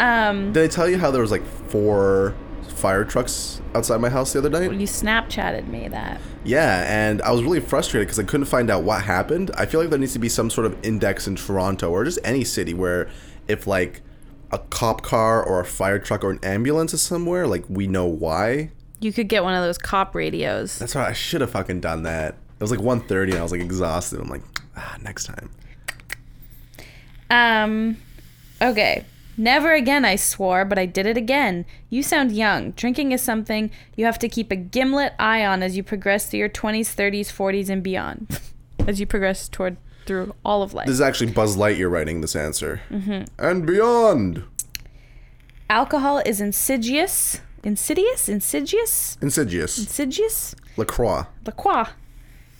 Speaker 2: Um,
Speaker 1: Did I tell you how there was like four fire trucks outside my house the other night?
Speaker 2: you Snapchatted me that.
Speaker 1: Yeah, and I was really frustrated because I couldn't find out what happened. I feel like there needs to be some sort of index in Toronto or just any city where if like a cop car or a fire truck or an ambulance is somewhere, like we know why.
Speaker 2: You could get one of those cop radios.
Speaker 1: That's right. I should have fucking done that. It was like 1.30 and I was like exhausted. I'm like, ah, next time.
Speaker 2: Um, okay. Never again, I swore, but I did it again. You sound young. Drinking is something you have to keep a gimlet eye on as you progress through your 20s, 30s, 40s, and beyond. *laughs* as you progress toward through all of life.
Speaker 1: This is actually Buzz Lightyear writing this answer. Mm-hmm. And beyond.
Speaker 2: Alcohol is insidious. Insidious? Insidious?
Speaker 1: Insidious.
Speaker 2: Insidious?
Speaker 1: LaCroix.
Speaker 2: La Croix.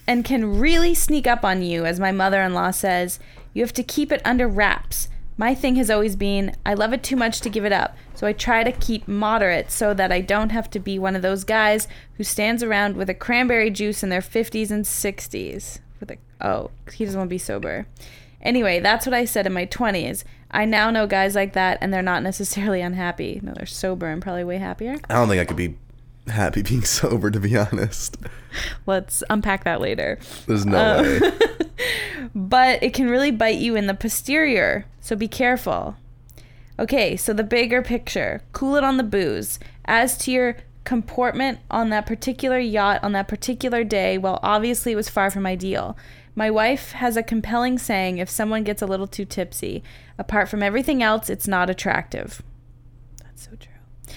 Speaker 2: And can really sneak up on you, as my mother in law says. You have to keep it under wraps. My thing has always been I love it too much to give it up, so I try to keep moderate so that I don't have to be one of those guys who stands around with a cranberry juice in their 50s and 60s. With a, oh, he doesn't want to be sober. Anyway, that's what I said in my 20s. I now know guys like that, and they're not necessarily unhappy. No, they're sober and probably way happier.
Speaker 1: I don't think I could be happy *laughs* being sober, to be honest.
Speaker 2: Let's unpack that later.
Speaker 1: There's no way.
Speaker 2: but it can really bite you in the posterior, so be careful. Okay, so the bigger picture cool it on the booze. As to your comportment on that particular yacht on that particular day, while obviously it was far from ideal. My wife has a compelling saying if someone gets a little too tipsy, apart from everything else, it's not attractive. That's so true.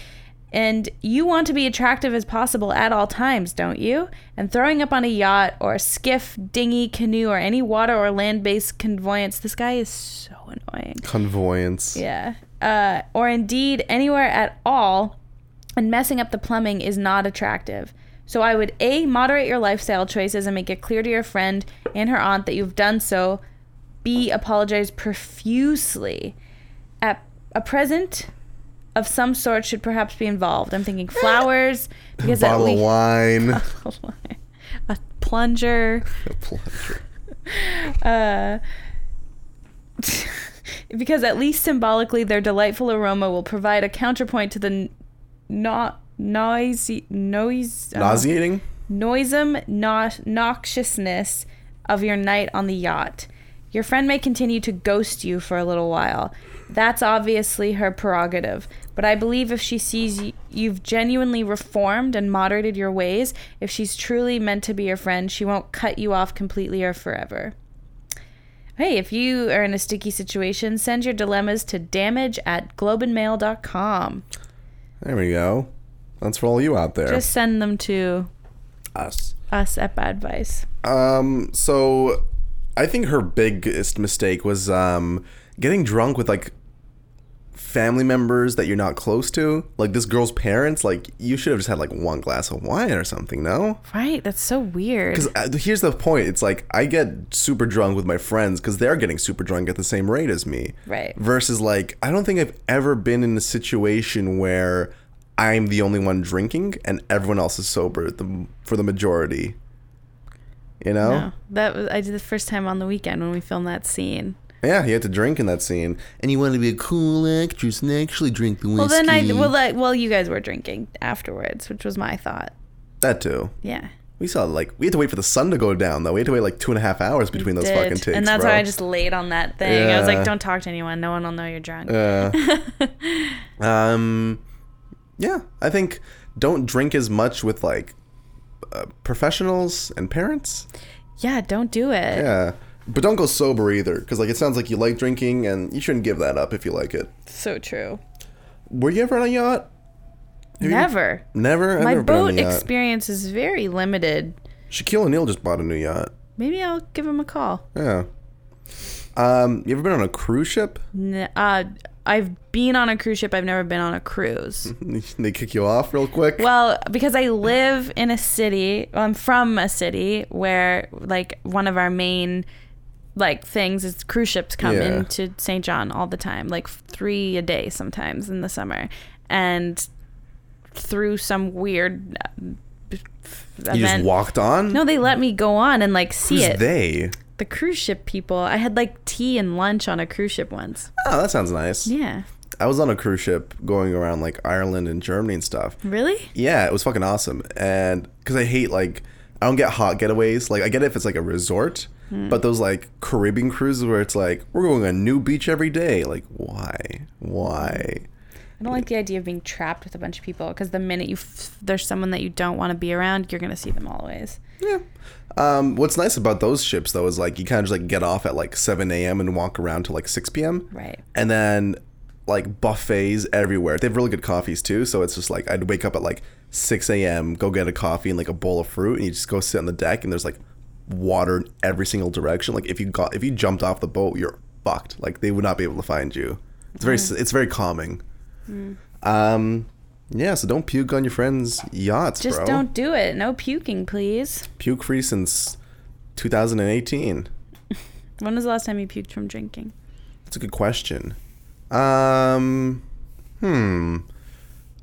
Speaker 2: And you want to be attractive as possible at all times, don't you? And throwing up on a yacht or a skiff, dinghy, canoe, or any water or land based convoyance, this guy is so annoying.
Speaker 1: Convoyance.
Speaker 2: *laughs* Yeah. Uh, or indeed anywhere at all, and messing up the plumbing is not attractive. So I would A, moderate your lifestyle choices and make it clear to your friend and her aunt that you've done so. B, apologize profusely. At a present of some sort should perhaps be involved.
Speaker 1: *laughs*
Speaker 2: I'm thinking flowers, because at
Speaker 1: Bottle of
Speaker 2: least-
Speaker 1: wine.
Speaker 2: *laughs* a plunger.
Speaker 1: Plunger.
Speaker 2: Uh, *laughs* because at least symbolically, their delightful aroma will provide a counterpoint to the n- no- noisy, noise,
Speaker 1: *laughs*
Speaker 2: uh,
Speaker 1: Nauseating.
Speaker 2: noisome no- noxiousness of your night on the yacht. Your friend may continue to ghost you for a little while. That's obviously her prerogative. But I believe if she sees y- you've genuinely reformed and moderated your ways, if she's truly meant to be your friend, she won't cut you off completely or forever. Hey, if you are in a sticky situation, send your dilemmas to damage at globinmail.com.
Speaker 1: There we go. That's for all you out there.
Speaker 2: Just send them to
Speaker 1: us.
Speaker 2: us at Bad Advice.
Speaker 1: Um, so I think her biggest mistake was um, getting drunk with like family members that you're not close to. Like this girl's parents, like you should have just had like one glass of wine or something, no?
Speaker 2: Right, that's so weird.
Speaker 1: Because uh, here's the point it's like I get super drunk with my friends because they're getting super drunk at the same rate as me.
Speaker 2: Right.
Speaker 1: Versus like, I don't think I've ever been in a situation where. I'm the only one drinking, and everyone else is sober the, for the majority. You know,
Speaker 2: No, that was I did the first time on the weekend when we filmed that scene.
Speaker 1: Yeah, he had to drink in that scene. And you want to be a cool actress and actually drink the whiskey.
Speaker 2: Well, then I well like well you guys were drinking afterwards, which was my thought.
Speaker 1: that too.
Speaker 2: Yeah,
Speaker 1: We saw like we had to wait for the sun to go down though. We had to wait like two and a half hours between those
Speaker 2: Did.
Speaker 1: fucking takes.
Speaker 2: and that's
Speaker 1: bro.
Speaker 2: why I just laid on that thing. I was
Speaker 1: Yeah.
Speaker 2: like, don't talk to anyone. No one will know you're drunk.
Speaker 1: Yeah. Uh, *laughs* um, yeah, I think don't drink as much with like uh, professionals and parents.
Speaker 2: yeah, don't do it.
Speaker 1: Yeah, but don't go sober either, because like it sounds like you like drinking, and you shouldn't give that up if you like it.
Speaker 2: So true.
Speaker 1: Were you ever on a yacht?
Speaker 2: Never.
Speaker 1: Never. I've
Speaker 2: My
Speaker 1: never been on uh,
Speaker 2: boat
Speaker 1: a yacht.
Speaker 2: experience is very limited.
Speaker 1: Shaquille O'Neal just bought a new yacht.
Speaker 2: Maybe I'll give him a call.
Speaker 1: Yeah. Um, you ever been on a cruise ship? *laughs*
Speaker 2: N- uh, I've been on a cruise ship. I've never been on a cruise.
Speaker 1: they kick you off real quick.
Speaker 2: Well, because I live in a city, I'm from a city where like one of our main like things is cruise ships come
Speaker 1: Yeah.
Speaker 2: into St. John all the time, like three a day sometimes in the summer, and through some weird uh, b- f- event.
Speaker 1: you just walked on.
Speaker 2: no, they let me go on and like see
Speaker 1: Who's
Speaker 2: it.
Speaker 1: they?
Speaker 2: The cruise ship people. I had like tea and lunch on a cruise ship once.
Speaker 1: Oh, that sounds nice.
Speaker 2: Yeah.
Speaker 1: I was on a cruise ship going around like Ireland and Germany and stuff.
Speaker 2: Really?
Speaker 1: Yeah, it was fucking awesome. And because I hate like I don't get hot getaways. Like I get it if it's like a resort, but those like Caribbean cruises where it's like we're going to a new beach every day. Like why? Why?
Speaker 2: I don't like the idea of being trapped with a bunch of people because the minute you f- there's someone that you don't want to be around, you're gonna see them always.
Speaker 1: Yeah. Um, what's nice about those ships though is like you kind of just like get off at like 7 a.m. and walk around till like 6 p.m.
Speaker 2: Right.
Speaker 1: And then like buffets everywhere. They have really good coffees too. So it's just like I'd wake up at like 6 a.m., go get a coffee and like a bowl of fruit, and you just go sit on the deck and there's like water in every single direction. Like if you got if you jumped off the boat, you're fucked. Like they would not be able to find you. It's very
Speaker 2: Mm.
Speaker 1: it's very calming. Um, yeah. So don't puke on your friends' yachts,
Speaker 2: Just
Speaker 1: bro
Speaker 2: don't do it. No puking, please.
Speaker 1: puke free since 2018?
Speaker 2: When was the last time you puked from drinking?
Speaker 1: That's a good question. Um, hmm.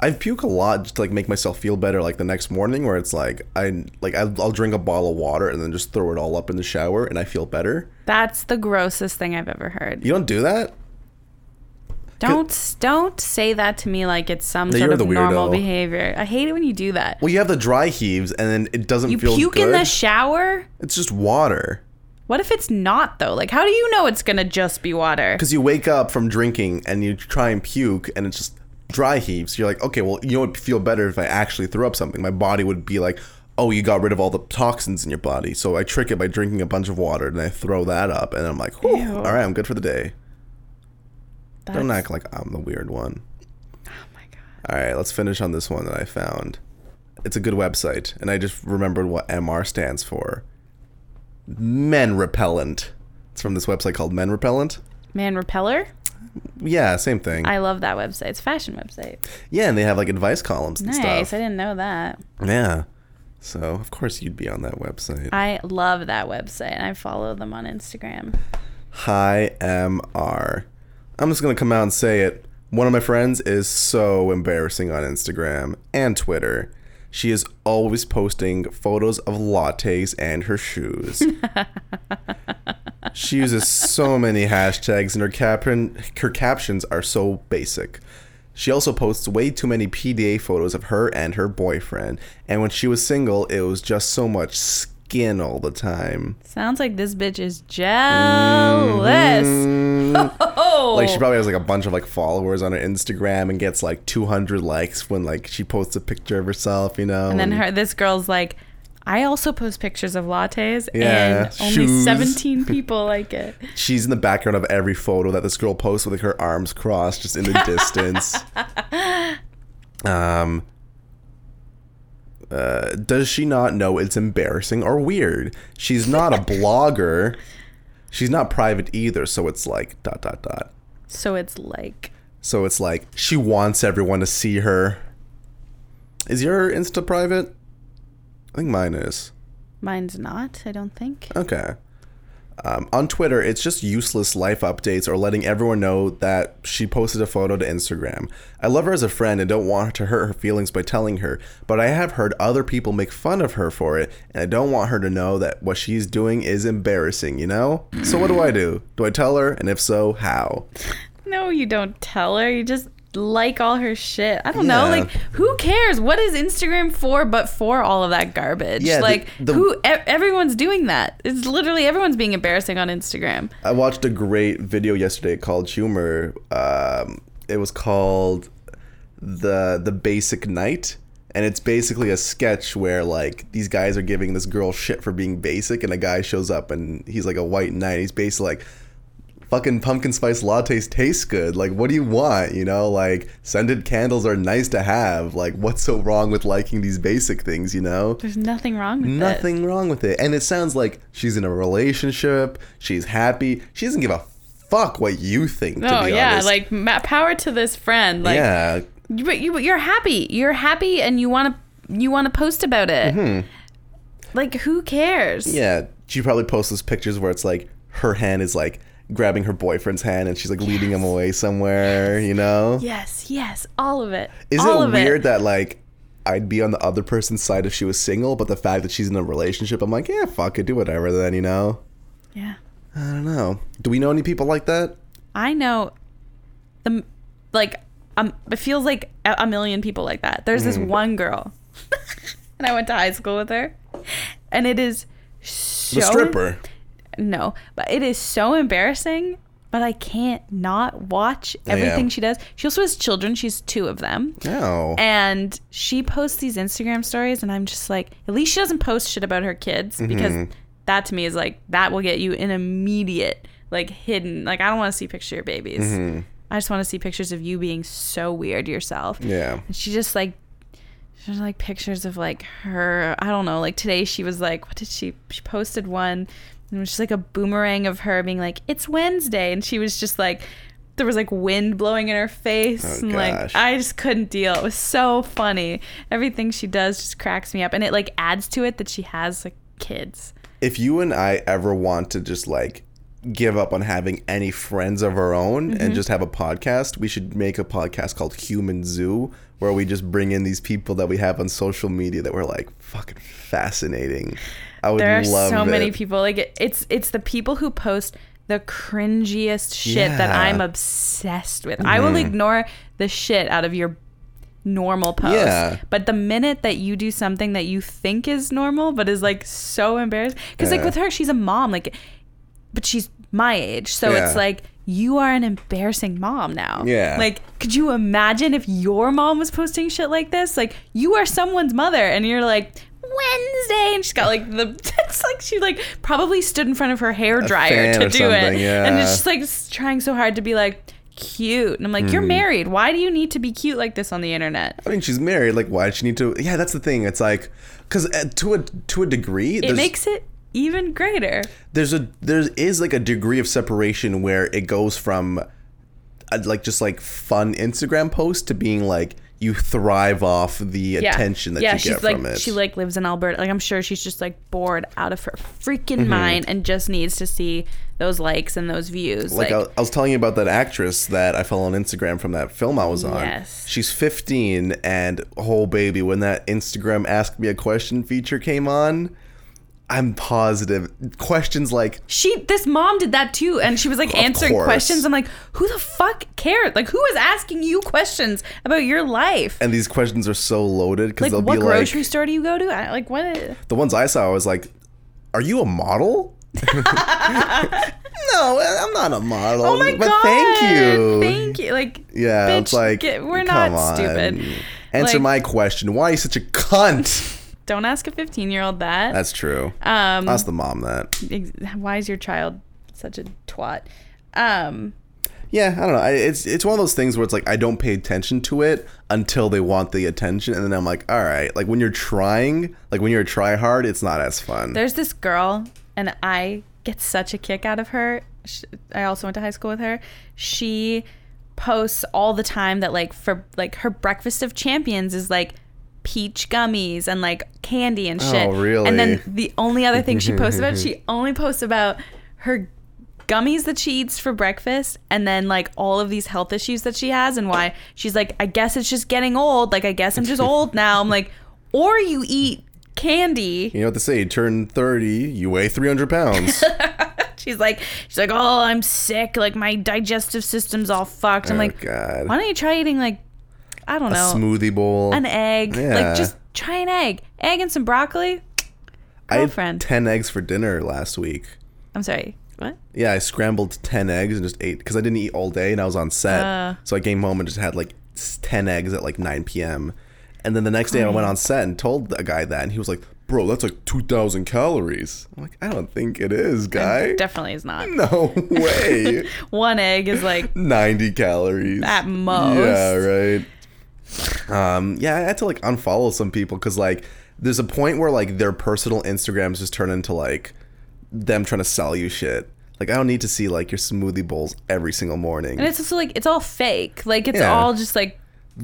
Speaker 1: I puke a lot just to like make myself feel better, like the next morning, where it's like I like I'll, I'll drink a bottle of water and then just throw it all up in the shower, and I feel better.
Speaker 2: That's the grossest thing I've ever heard.
Speaker 1: You don't do that.
Speaker 2: Don't s- don't say that to me like it's some
Speaker 1: That
Speaker 2: sort
Speaker 1: you're
Speaker 2: of
Speaker 1: the
Speaker 2: normal
Speaker 1: weirdo.
Speaker 2: behavior. I hate it when you do that.
Speaker 1: Well, you have the dry heaves, and then it doesn't
Speaker 2: You
Speaker 1: feel
Speaker 2: puke
Speaker 1: good.
Speaker 2: in the shower?
Speaker 1: it's just water.
Speaker 2: What if it's not though? Like how do you know it's gonna just be water?
Speaker 1: Because you wake up from drinking and you try and puke, and it's just dry heaves, you're like, okay, well, you know, it'd feel better if I actually threw up something. My body would be like, oh, you got rid of all the toxins in your body. So I trick it by drinking a bunch of water, and I throw that up, and I'm like, whew,
Speaker 2: Ew.
Speaker 1: all right, I'm good for the day.
Speaker 2: That's,
Speaker 1: Don't act like I'm the weird one.
Speaker 2: Oh my god.
Speaker 1: All right, let's finish on this one that I found. It's a good website, and I just remembered what MR stands for. Men repellent. It's from this website called Men Repellent.
Speaker 2: Man repeller.
Speaker 1: Yeah, same thing.
Speaker 2: I love that website. It's a fashion website.
Speaker 1: yeah, and they have like advice columns and
Speaker 2: Nice. I
Speaker 1: stuff.
Speaker 2: didn't know that.
Speaker 1: Yeah. So of course you'd be on that website.
Speaker 2: I love that website. and I follow them on Instagram.
Speaker 1: Hi MR. I'm just gonna come out and say it. One of my friends is so embarrassing on Instagram and Twitter. She is always posting photos of lattes and her shoes. she uses so many hashtags and her caption her captions are so basic. She also posts way too many PDA photos of her and her boyfriend, and when she was single, it was just so much skin all the time.
Speaker 2: Sounds like this bitch is jealous.
Speaker 1: Mm.
Speaker 2: Oh,
Speaker 1: Mm-hmm. Like she probably has like a bunch of like followers on her Instagram and gets like 200 likes when like she posts a picture of herself, you know.
Speaker 2: and then her this girl's like, I also post pictures of lattes,
Speaker 1: Yeah,
Speaker 2: and only
Speaker 1: shoes. *laughs*
Speaker 2: 17 people like it.
Speaker 1: she's in the background of every photo that this girl posts with like her arms crossed, just in the
Speaker 2: *laughs*
Speaker 1: distance. Um. Uh, does she not know it's embarrassing or weird? She's not a
Speaker 2: *laughs*
Speaker 1: blogger. She's not private either, so it's like dot dot dot.
Speaker 2: So it's like,
Speaker 1: So it's like she wants everyone to see her. Is your Insta private? I think mine is.
Speaker 2: mine's not, I don't think.
Speaker 1: Okay. Um, on Twitter, it's just useless life updates or letting everyone know that she posted a photo to Instagram. I love her as a friend and don't want to hurt her feelings by telling her, but I have heard other people make fun of her for it, and I don't want her to know that what she's doing is embarrassing, you know? So what do I do? Do I tell her? And if so, how?
Speaker 2: No, you don't tell her. You just like all her shit. I don't know.
Speaker 1: Yeah.
Speaker 2: Like, who cares? What is Instagram for but for all of that garbage?
Speaker 1: Yeah, the-
Speaker 2: like,
Speaker 1: the-
Speaker 2: who? E- everyone's doing that. It's literally everyone's being embarrassing on Instagram.
Speaker 1: I watched a great video yesterday called Humor. Um, it was called the the Basic Night, and it's basically a sketch where like these guys are giving this girl shit for being basic, and a guy shows up and he's like a white knight. He's basically like. Fucking pumpkin spice lattes taste good. Like, what do you want? You know, like scented candles are nice to have. Like, what's so wrong with liking these basic things? You know,
Speaker 2: There's nothing wrong with it.
Speaker 1: Nothing wrong with it. And it sounds like she's in a relationship. She's happy. She doesn't give a fuck what you think.
Speaker 2: Oh
Speaker 1: to be
Speaker 2: yeah,
Speaker 1: honest.
Speaker 2: like ma- power to this friend. Like,
Speaker 1: yeah,
Speaker 2: you- but you, you're happy. You're happy, and you want to you want to post about it. Like, who cares?
Speaker 1: Mm-hmm. yeah. She probably posts those pictures where it's like her hand is like grabbing her boyfriend's hand and she's like leading him away somewhere. You know?
Speaker 2: Yes, yes, all of it.
Speaker 1: Is
Speaker 2: all
Speaker 1: it
Speaker 2: of
Speaker 1: weird
Speaker 2: It.
Speaker 1: that like? I'd be on the other person's side if she was single, but the fact that she's in a relationship, I'm like, yeah, fuck it, do whatever then, you know?
Speaker 2: Yeah,
Speaker 1: I don't know. Do we know any people like that?
Speaker 2: I know. The m- like, um, it feels like a, a million people like that. There's
Speaker 1: Mm.
Speaker 2: this one girl, *laughs* and I went to high school with her, and it is so
Speaker 1: The stripper.
Speaker 2: no, but it is so embarrassing. But I can't not watch everything she does. She also has children. She's two of them.
Speaker 1: No.
Speaker 2: And she posts these Instagram stories, and I'm just like, at least she doesn't post shit about her kids because that to me is like, that will get you an immediate, like, hidden. Like, I don't want to see pictures of your babies. I just want to see pictures of you being so weird yourself.
Speaker 1: yeah.
Speaker 2: And she just like there's like pictures of like her I don't know, like today she was like what did she she posted one and it was just like a boomerang of her being like, It's Wednesday and she was just like there was like wind blowing in her face
Speaker 1: Oh,
Speaker 2: and
Speaker 1: gosh.
Speaker 2: like I just couldn't deal. It was so funny. Everything she does just cracks me up and it like adds to it that she has like kids.
Speaker 1: if you and I ever want to just like give up on having any friends of our own
Speaker 2: Mm-hmm.
Speaker 1: and just have a podcast, we should make a podcast called Human Zoo where we just bring in these people that we have on social media that we're like fucking fascinating. I would
Speaker 2: There are
Speaker 1: love
Speaker 2: so many
Speaker 1: it.
Speaker 2: people like it, it's it's the people who post the cringiest shit that
Speaker 1: Yeah.
Speaker 2: I'm obsessed with. I will ignore the shit out of your normal post.
Speaker 1: Yeah.
Speaker 2: But the minute that you do something that you think is normal but is like so embarrassed cuz like
Speaker 1: Yeah.
Speaker 2: with her she's a mom like but she's my age. So
Speaker 1: Yeah.
Speaker 2: it's like you are an embarrassing mom now.
Speaker 1: Yeah.
Speaker 2: Like, could you imagine if your mom was posting shit like this? Like, you are someone's mother, and you're like Wednesday, and she's got like the. *laughs* It's like she like probably stood in front of her hair dryer
Speaker 1: fan
Speaker 2: to
Speaker 1: or
Speaker 2: do it,
Speaker 1: something, yeah.
Speaker 2: and it's just like s- trying so hard to be like cute. And I'm like, you're
Speaker 1: Mm-hmm.
Speaker 2: married. Why do you need to be cute like this on the internet?
Speaker 1: I mean, she's married. Like, why did she need to? Yeah, that's the thing. It's like, because to a to a degree,
Speaker 2: It makes it even greater.
Speaker 1: there's a there is like a degree of separation where it goes from uh, like just like fun Instagram post to being like you thrive off the attention that
Speaker 2: yeah,
Speaker 1: you
Speaker 2: she's
Speaker 1: get
Speaker 2: like
Speaker 1: from it.
Speaker 2: she like lives in Alberta. Like I'm sure she's just like bored out of her freaking
Speaker 1: Mm-hmm.
Speaker 2: mind and just needs to see those likes and those views.
Speaker 1: like
Speaker 2: Like,
Speaker 1: I, I was telling you about that actress that I follow on Instagram from that film I was on.
Speaker 2: Yes.
Speaker 1: She's 15 and oh baby when that Instagram ask me a question feature came on, I'm positive questions like
Speaker 2: she this mom did that too and she was like answering
Speaker 1: course.
Speaker 2: questions. I'm like, who the fuck cares? Like who is asking you questions about your life?
Speaker 1: and these questions are so loaded cuz
Speaker 2: Like
Speaker 1: they'll
Speaker 2: what
Speaker 1: be like
Speaker 2: grocery store do you go to? I, like what
Speaker 1: the ones I saw I was like, "Are you a model?" *laughs* no, I'm not a model.
Speaker 2: Oh my
Speaker 1: but
Speaker 2: god.
Speaker 1: thank you.
Speaker 2: Thank you. Like
Speaker 1: yeah,
Speaker 2: bitch,
Speaker 1: it's like
Speaker 2: get- we're
Speaker 1: come
Speaker 2: not
Speaker 1: on.
Speaker 2: stupid.
Speaker 1: Answer
Speaker 2: Like-
Speaker 1: my question. Why are you such a
Speaker 2: *laughs*
Speaker 1: cunt?
Speaker 2: Don't ask a 15 year old that.
Speaker 1: That's true.
Speaker 2: um
Speaker 1: Ask the mom that.
Speaker 2: ex- why is your child such a twat? Um,
Speaker 1: Yeah, I don't know. I, it's it's one of those things where it's like I don't pay attention to it until they want the attention, and then I'm like, all right. Like when you're trying, like when you're a try hard, it's not as fun.
Speaker 2: there's this girl, and I get such a kick out of her. Sh I also went to high school with her. She posts all the time that like for like her breakfast of champions is like peach gummies and like candy and shit.
Speaker 1: Oh, really?
Speaker 2: And then the only other thing she posts
Speaker 1: *laughs*
Speaker 2: about, she only posts about her gummies that she eats for breakfast and then like all of these health issues that she has and why she's like i guess it's just getting old like i guess
Speaker 1: *laughs*
Speaker 2: i'm just old now i'm like or you eat candy
Speaker 1: you know what they say? You turn thirty, you weigh three hundred pounds.
Speaker 2: she's like she's like oh i'm sick like my digestive system's all fucked *laughs*
Speaker 1: Oh,
Speaker 2: i'm like
Speaker 1: God.
Speaker 2: why don't you try eating like i don't
Speaker 1: a
Speaker 2: know
Speaker 1: smoothie bowl.
Speaker 2: an egg
Speaker 1: Yeah.
Speaker 2: like just try an egg egg and some broccoli
Speaker 1: I
Speaker 2: girlfriend.
Speaker 1: had 10 eggs for dinner last week.
Speaker 2: i'm sorry what
Speaker 1: Yeah, I scrambled 10 eggs and just ate because I didn't eat all day and I was on set.
Speaker 2: Uh.
Speaker 1: so I came home and just had like s- 10 eggs at like 9 p.m. And then the next day I went on set and told a guy that and he was like, Bro, that's like 2,000 calories. I'm like, I don't think it is, guy.
Speaker 2: definitely is not
Speaker 1: *laughs* no way.
Speaker 2: one egg
Speaker 1: *laughs*
Speaker 2: is like
Speaker 1: 90 calories.
Speaker 2: At most.
Speaker 1: Yeah, right. Um, yeah, I had to like unfollow some people because like there's a point where like their personal Instagrams just turn into like them trying to sell you shit. Like I don't need to see like your smoothie bowls every single morning.
Speaker 2: and it's also like it's all fake like it's
Speaker 1: Yeah.
Speaker 2: all just like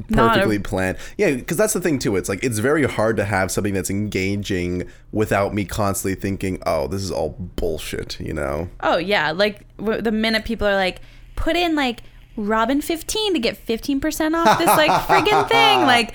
Speaker 2: not
Speaker 1: perfectly
Speaker 2: a
Speaker 1: planned. Yeah, because that's the thing too. It's like it's very hard to have something that's engaging without me constantly thinking, "Oh, this is all bullshit," you know.
Speaker 2: Oh yeah, like w- the minute people are like, put in like Robin fifteen to get fifteen percent off this like
Speaker 1: *laughs*
Speaker 2: friggin' thing, like.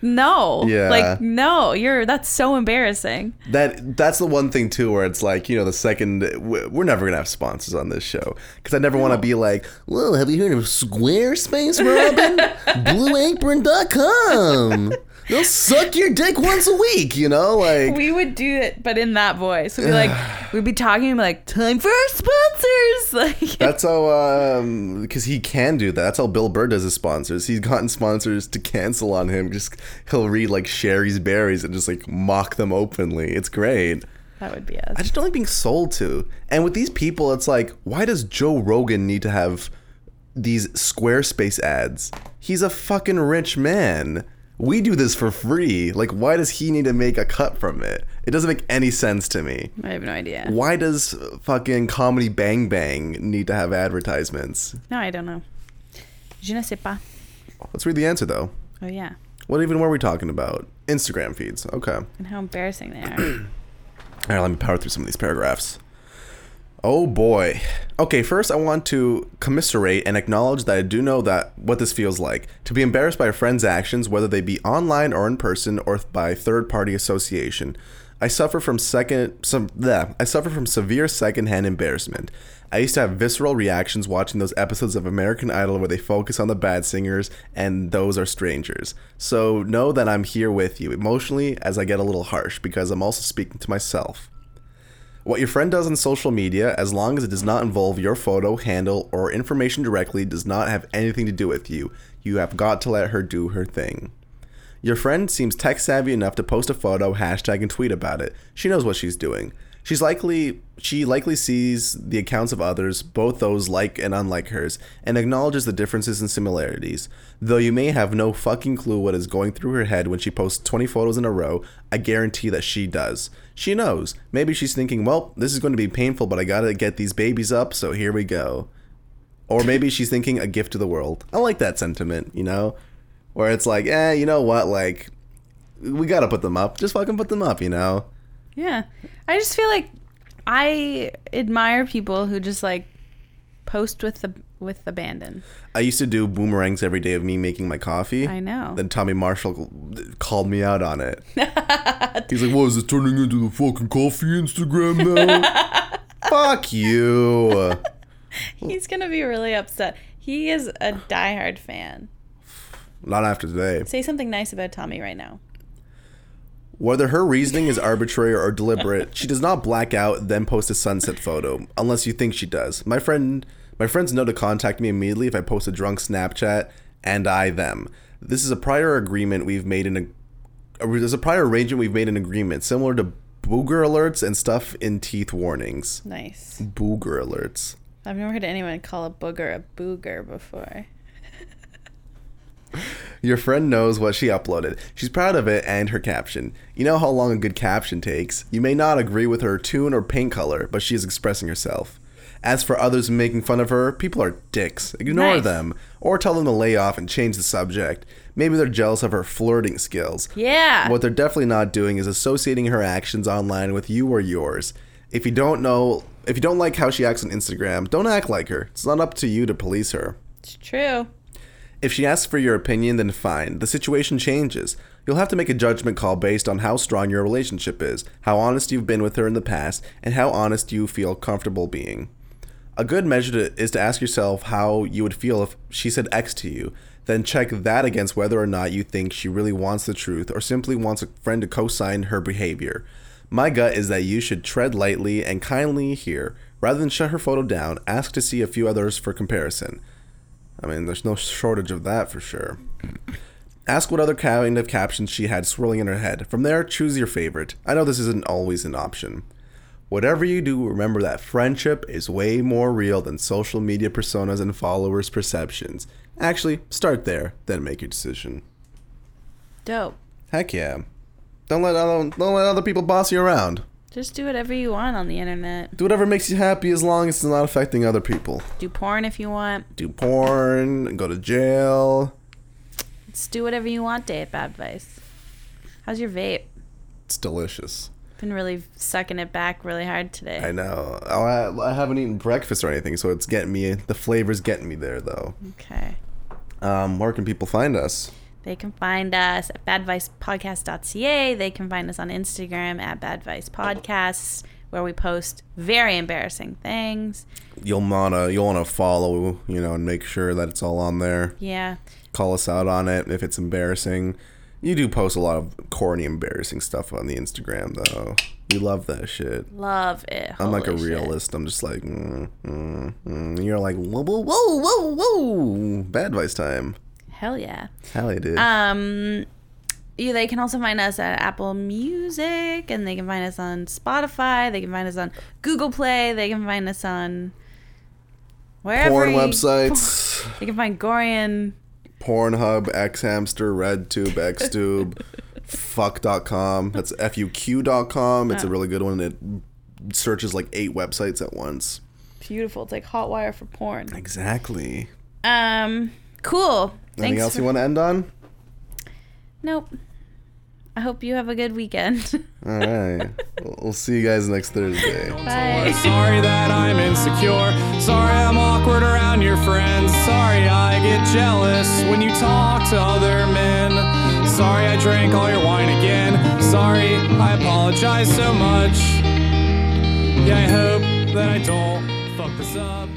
Speaker 2: No,
Speaker 1: Yeah.
Speaker 2: like no, you're that's so embarrassing.
Speaker 1: That that's the one thing too, where it's like you know the second w- we're never gonna have sponsors on this show because I never want to be like, well, have you heard of Squarespace, Robin? BlueApron.com. They'll suck your dick once a week, you know, like
Speaker 2: We would do it, but in that voice, we'd be like, we'd be talking like, time for our sponsors, *laughs* like
Speaker 1: that's how because he can do that. That's how Bill Burr does his sponsors. He's gotten sponsors to cancel on him. Just he'll read like Sherry's berries and just like mock them openly. It's great.
Speaker 2: that would be us.
Speaker 1: I just don't like being sold to. And with these people, it's like, why does Joe Rogan need to have these Squarespace ads? He's a fucking rich man. We do this for free. Like, why does he need to make a cut from it? It doesn't make any sense to me.
Speaker 2: I have no idea.
Speaker 1: Why does uh, fucking Comedy Bang Bang need to have advertisements?
Speaker 2: No, I don't know. Je ne sais pas.
Speaker 1: Let's read the answer though.
Speaker 2: Oh yeah,
Speaker 1: What even were we talking about? Instagram feeds. Okay.
Speaker 2: and how embarrassing they are.
Speaker 1: All right, let me power through some of these paragraphs. Oh boy. Okay, first I want to commiserate and acknowledge that I do know that what this feels like to be embarrassed by a friend's actions, whether they be online or in person or by third-party association. I suffer from second some bleh, I suffer from severe secondhand embarrassment. I used to have visceral reactions watching those episodes of American Idol where they focus on the bad singers and those are strangers. So know that I'm here with you emotionally as I get a little harsh because I'm also speaking to myself. What your friend does on social media, as long as it does not involve your photo, handle, or information directly, does not have anything to do with you. You have got to let her do her thing. Your friend seems tech savvy enough to post a photo, hashtag, and tweet about it. She knows what she's doing. She's likely she likely sees the accounts of others, both those like and unlike hers, and acknowledges the differences and similarities. Though you may have no fucking clue what is going through her head when she posts 20 photos in a row, I guarantee that she does. She knows. Maybe she's thinking, "Well, this is going to be painful, but I got to get these babies up, so here we go." Or maybe she's thinking a gift to the world. I like that sentiment, you know? Where it's like, eh, you know what? Like, we gotta put them up. Just fucking put them up, you know?
Speaker 2: Yeah. I just feel like I admire people who just like post with the with abandon.
Speaker 1: I used to do boomerangs every day of me making my coffee.
Speaker 2: I know.
Speaker 1: Then Tommy Marshall called me out on
Speaker 2: *laughs*
Speaker 1: it. He's like, what is it turning into the fucking coffee Instagram now?
Speaker 2: *laughs*
Speaker 1: Fuck you.
Speaker 2: He's going to be really upset. He is a diehard fan.
Speaker 1: Not after today.
Speaker 2: Say something nice about Tommy right now.
Speaker 1: Whether her reasoning is arbitrary or deliberate, she does not black out then post a sunset photo, unless you think she does. My friend, my friends know to contact me immediately if I post a drunk Snapchat and I them. This is a prior agreement we've made in a, there's a prior arrangement we've made an agreement similar to booger alerts and stuff in teeth warnings.
Speaker 2: Nice.
Speaker 1: Mm. Booger alerts.
Speaker 2: I've never heard anyone call a booger a booger before.
Speaker 1: Your friend knows what she uploaded. She's proud of it and her caption. You know how long a good caption takes. You may not agree with her tune or paint color, but she is expressing herself. As for others making fun of her, people are dicks. Ignore
Speaker 2: Nice.
Speaker 1: them, or tell them to lay off and change the subject. Maybe they're jealous of her flirting skills.
Speaker 2: Yeah.
Speaker 1: What they're definitely not doing is associating her actions online with you or yours. If you don't know, if you don't like how she acts on Instagram, don't act like her. It's not up to you to police her.
Speaker 2: It's true.
Speaker 1: If she asks for your opinion, then fine. The situation changes. You'll have to make a judgment call based on how strong your relationship is, how honest you've been with her in the past, and how honest you feel comfortable being. A good measure to, is to ask yourself how you would feel if she said X to you. Then check that against whether or not you think she really wants the truth or simply wants a friend to co sign her behavior. My gut is that you should tread lightly and kindly here. Rather than shut her photo down, ask to see a few others for comparison. I mean, there's no shortage of that for sure. Ask what other kind of captions she had swirling in her head. From there, choose your favorite. I know this isn't always an option. Whatever you do, remember that friendship is way more real than social media personas and followers' perceptions. Actually, start there, then make your decision.
Speaker 2: Dope.
Speaker 1: Heck yeah. Don't let other, don't let other people boss you around.
Speaker 2: Just do whatever you want on the internet.
Speaker 1: Do whatever makes you happy as long as it's not affecting other people.
Speaker 2: Do porn if you want.
Speaker 1: Do porn, go to jail.
Speaker 2: Just do whatever you want, Dave Advice. How's your vape?
Speaker 1: It's delicious.
Speaker 2: Been really sucking it back really hard today.
Speaker 1: I know. Oh, I, I haven't eaten breakfast or anything, so it's getting me. The flavors getting me there, though.
Speaker 2: Okay.
Speaker 1: Um, where can people find us?
Speaker 2: They can find us at badvicepodcast.ca. They can find us on Instagram at badvicepodcast, where we post very embarrassing things.
Speaker 1: You'll wanna you'll wanna follow, you know, and make sure that it's all on there.
Speaker 2: Yeah.
Speaker 1: Call us out on it if it's embarrassing. You do post a lot of corny, embarrassing stuff on the Instagram, though. You love that shit.
Speaker 2: Love it.
Speaker 1: I'm like a
Speaker 2: Holy shit.
Speaker 1: realist. I'm just like, mm, mm, mm. you're like, whoa, whoa, whoa, whoa, whoa, bad vice time.
Speaker 2: Hell yeah.
Speaker 1: How I did.
Speaker 2: Um, yeah, they can also find us at Apple Music, and they can find us on Spotify. They can find us on Google Play. They can find us on wherever.
Speaker 1: Porn
Speaker 2: you-
Speaker 1: websites.
Speaker 2: They can find Gorian.
Speaker 1: Pornhub, X Hamster, RedTube, XTube, fuck.com. That's fuq.com.
Speaker 2: Oh.
Speaker 1: It's a really good one. It searches like eight websites at once.
Speaker 2: Beautiful. It's like Hotwire for porn.
Speaker 1: Exactly.
Speaker 2: Um, cool.
Speaker 1: Anything
Speaker 2: Thanks.
Speaker 1: else
Speaker 2: for-
Speaker 1: you want to end on?
Speaker 2: nope. I hope you have a good weekend. *laughs*
Speaker 1: All right. *laughs* we'll see you guys next Thursday.
Speaker 2: Bye.
Speaker 4: Sorry that I'm insecure. Sorry I'm awkward around your friends. Sorry I get jealous when you talk to other men. Sorry I drank all your wine again. Sorry I apologize so much. Yeah, I hope that I don't fuck this up.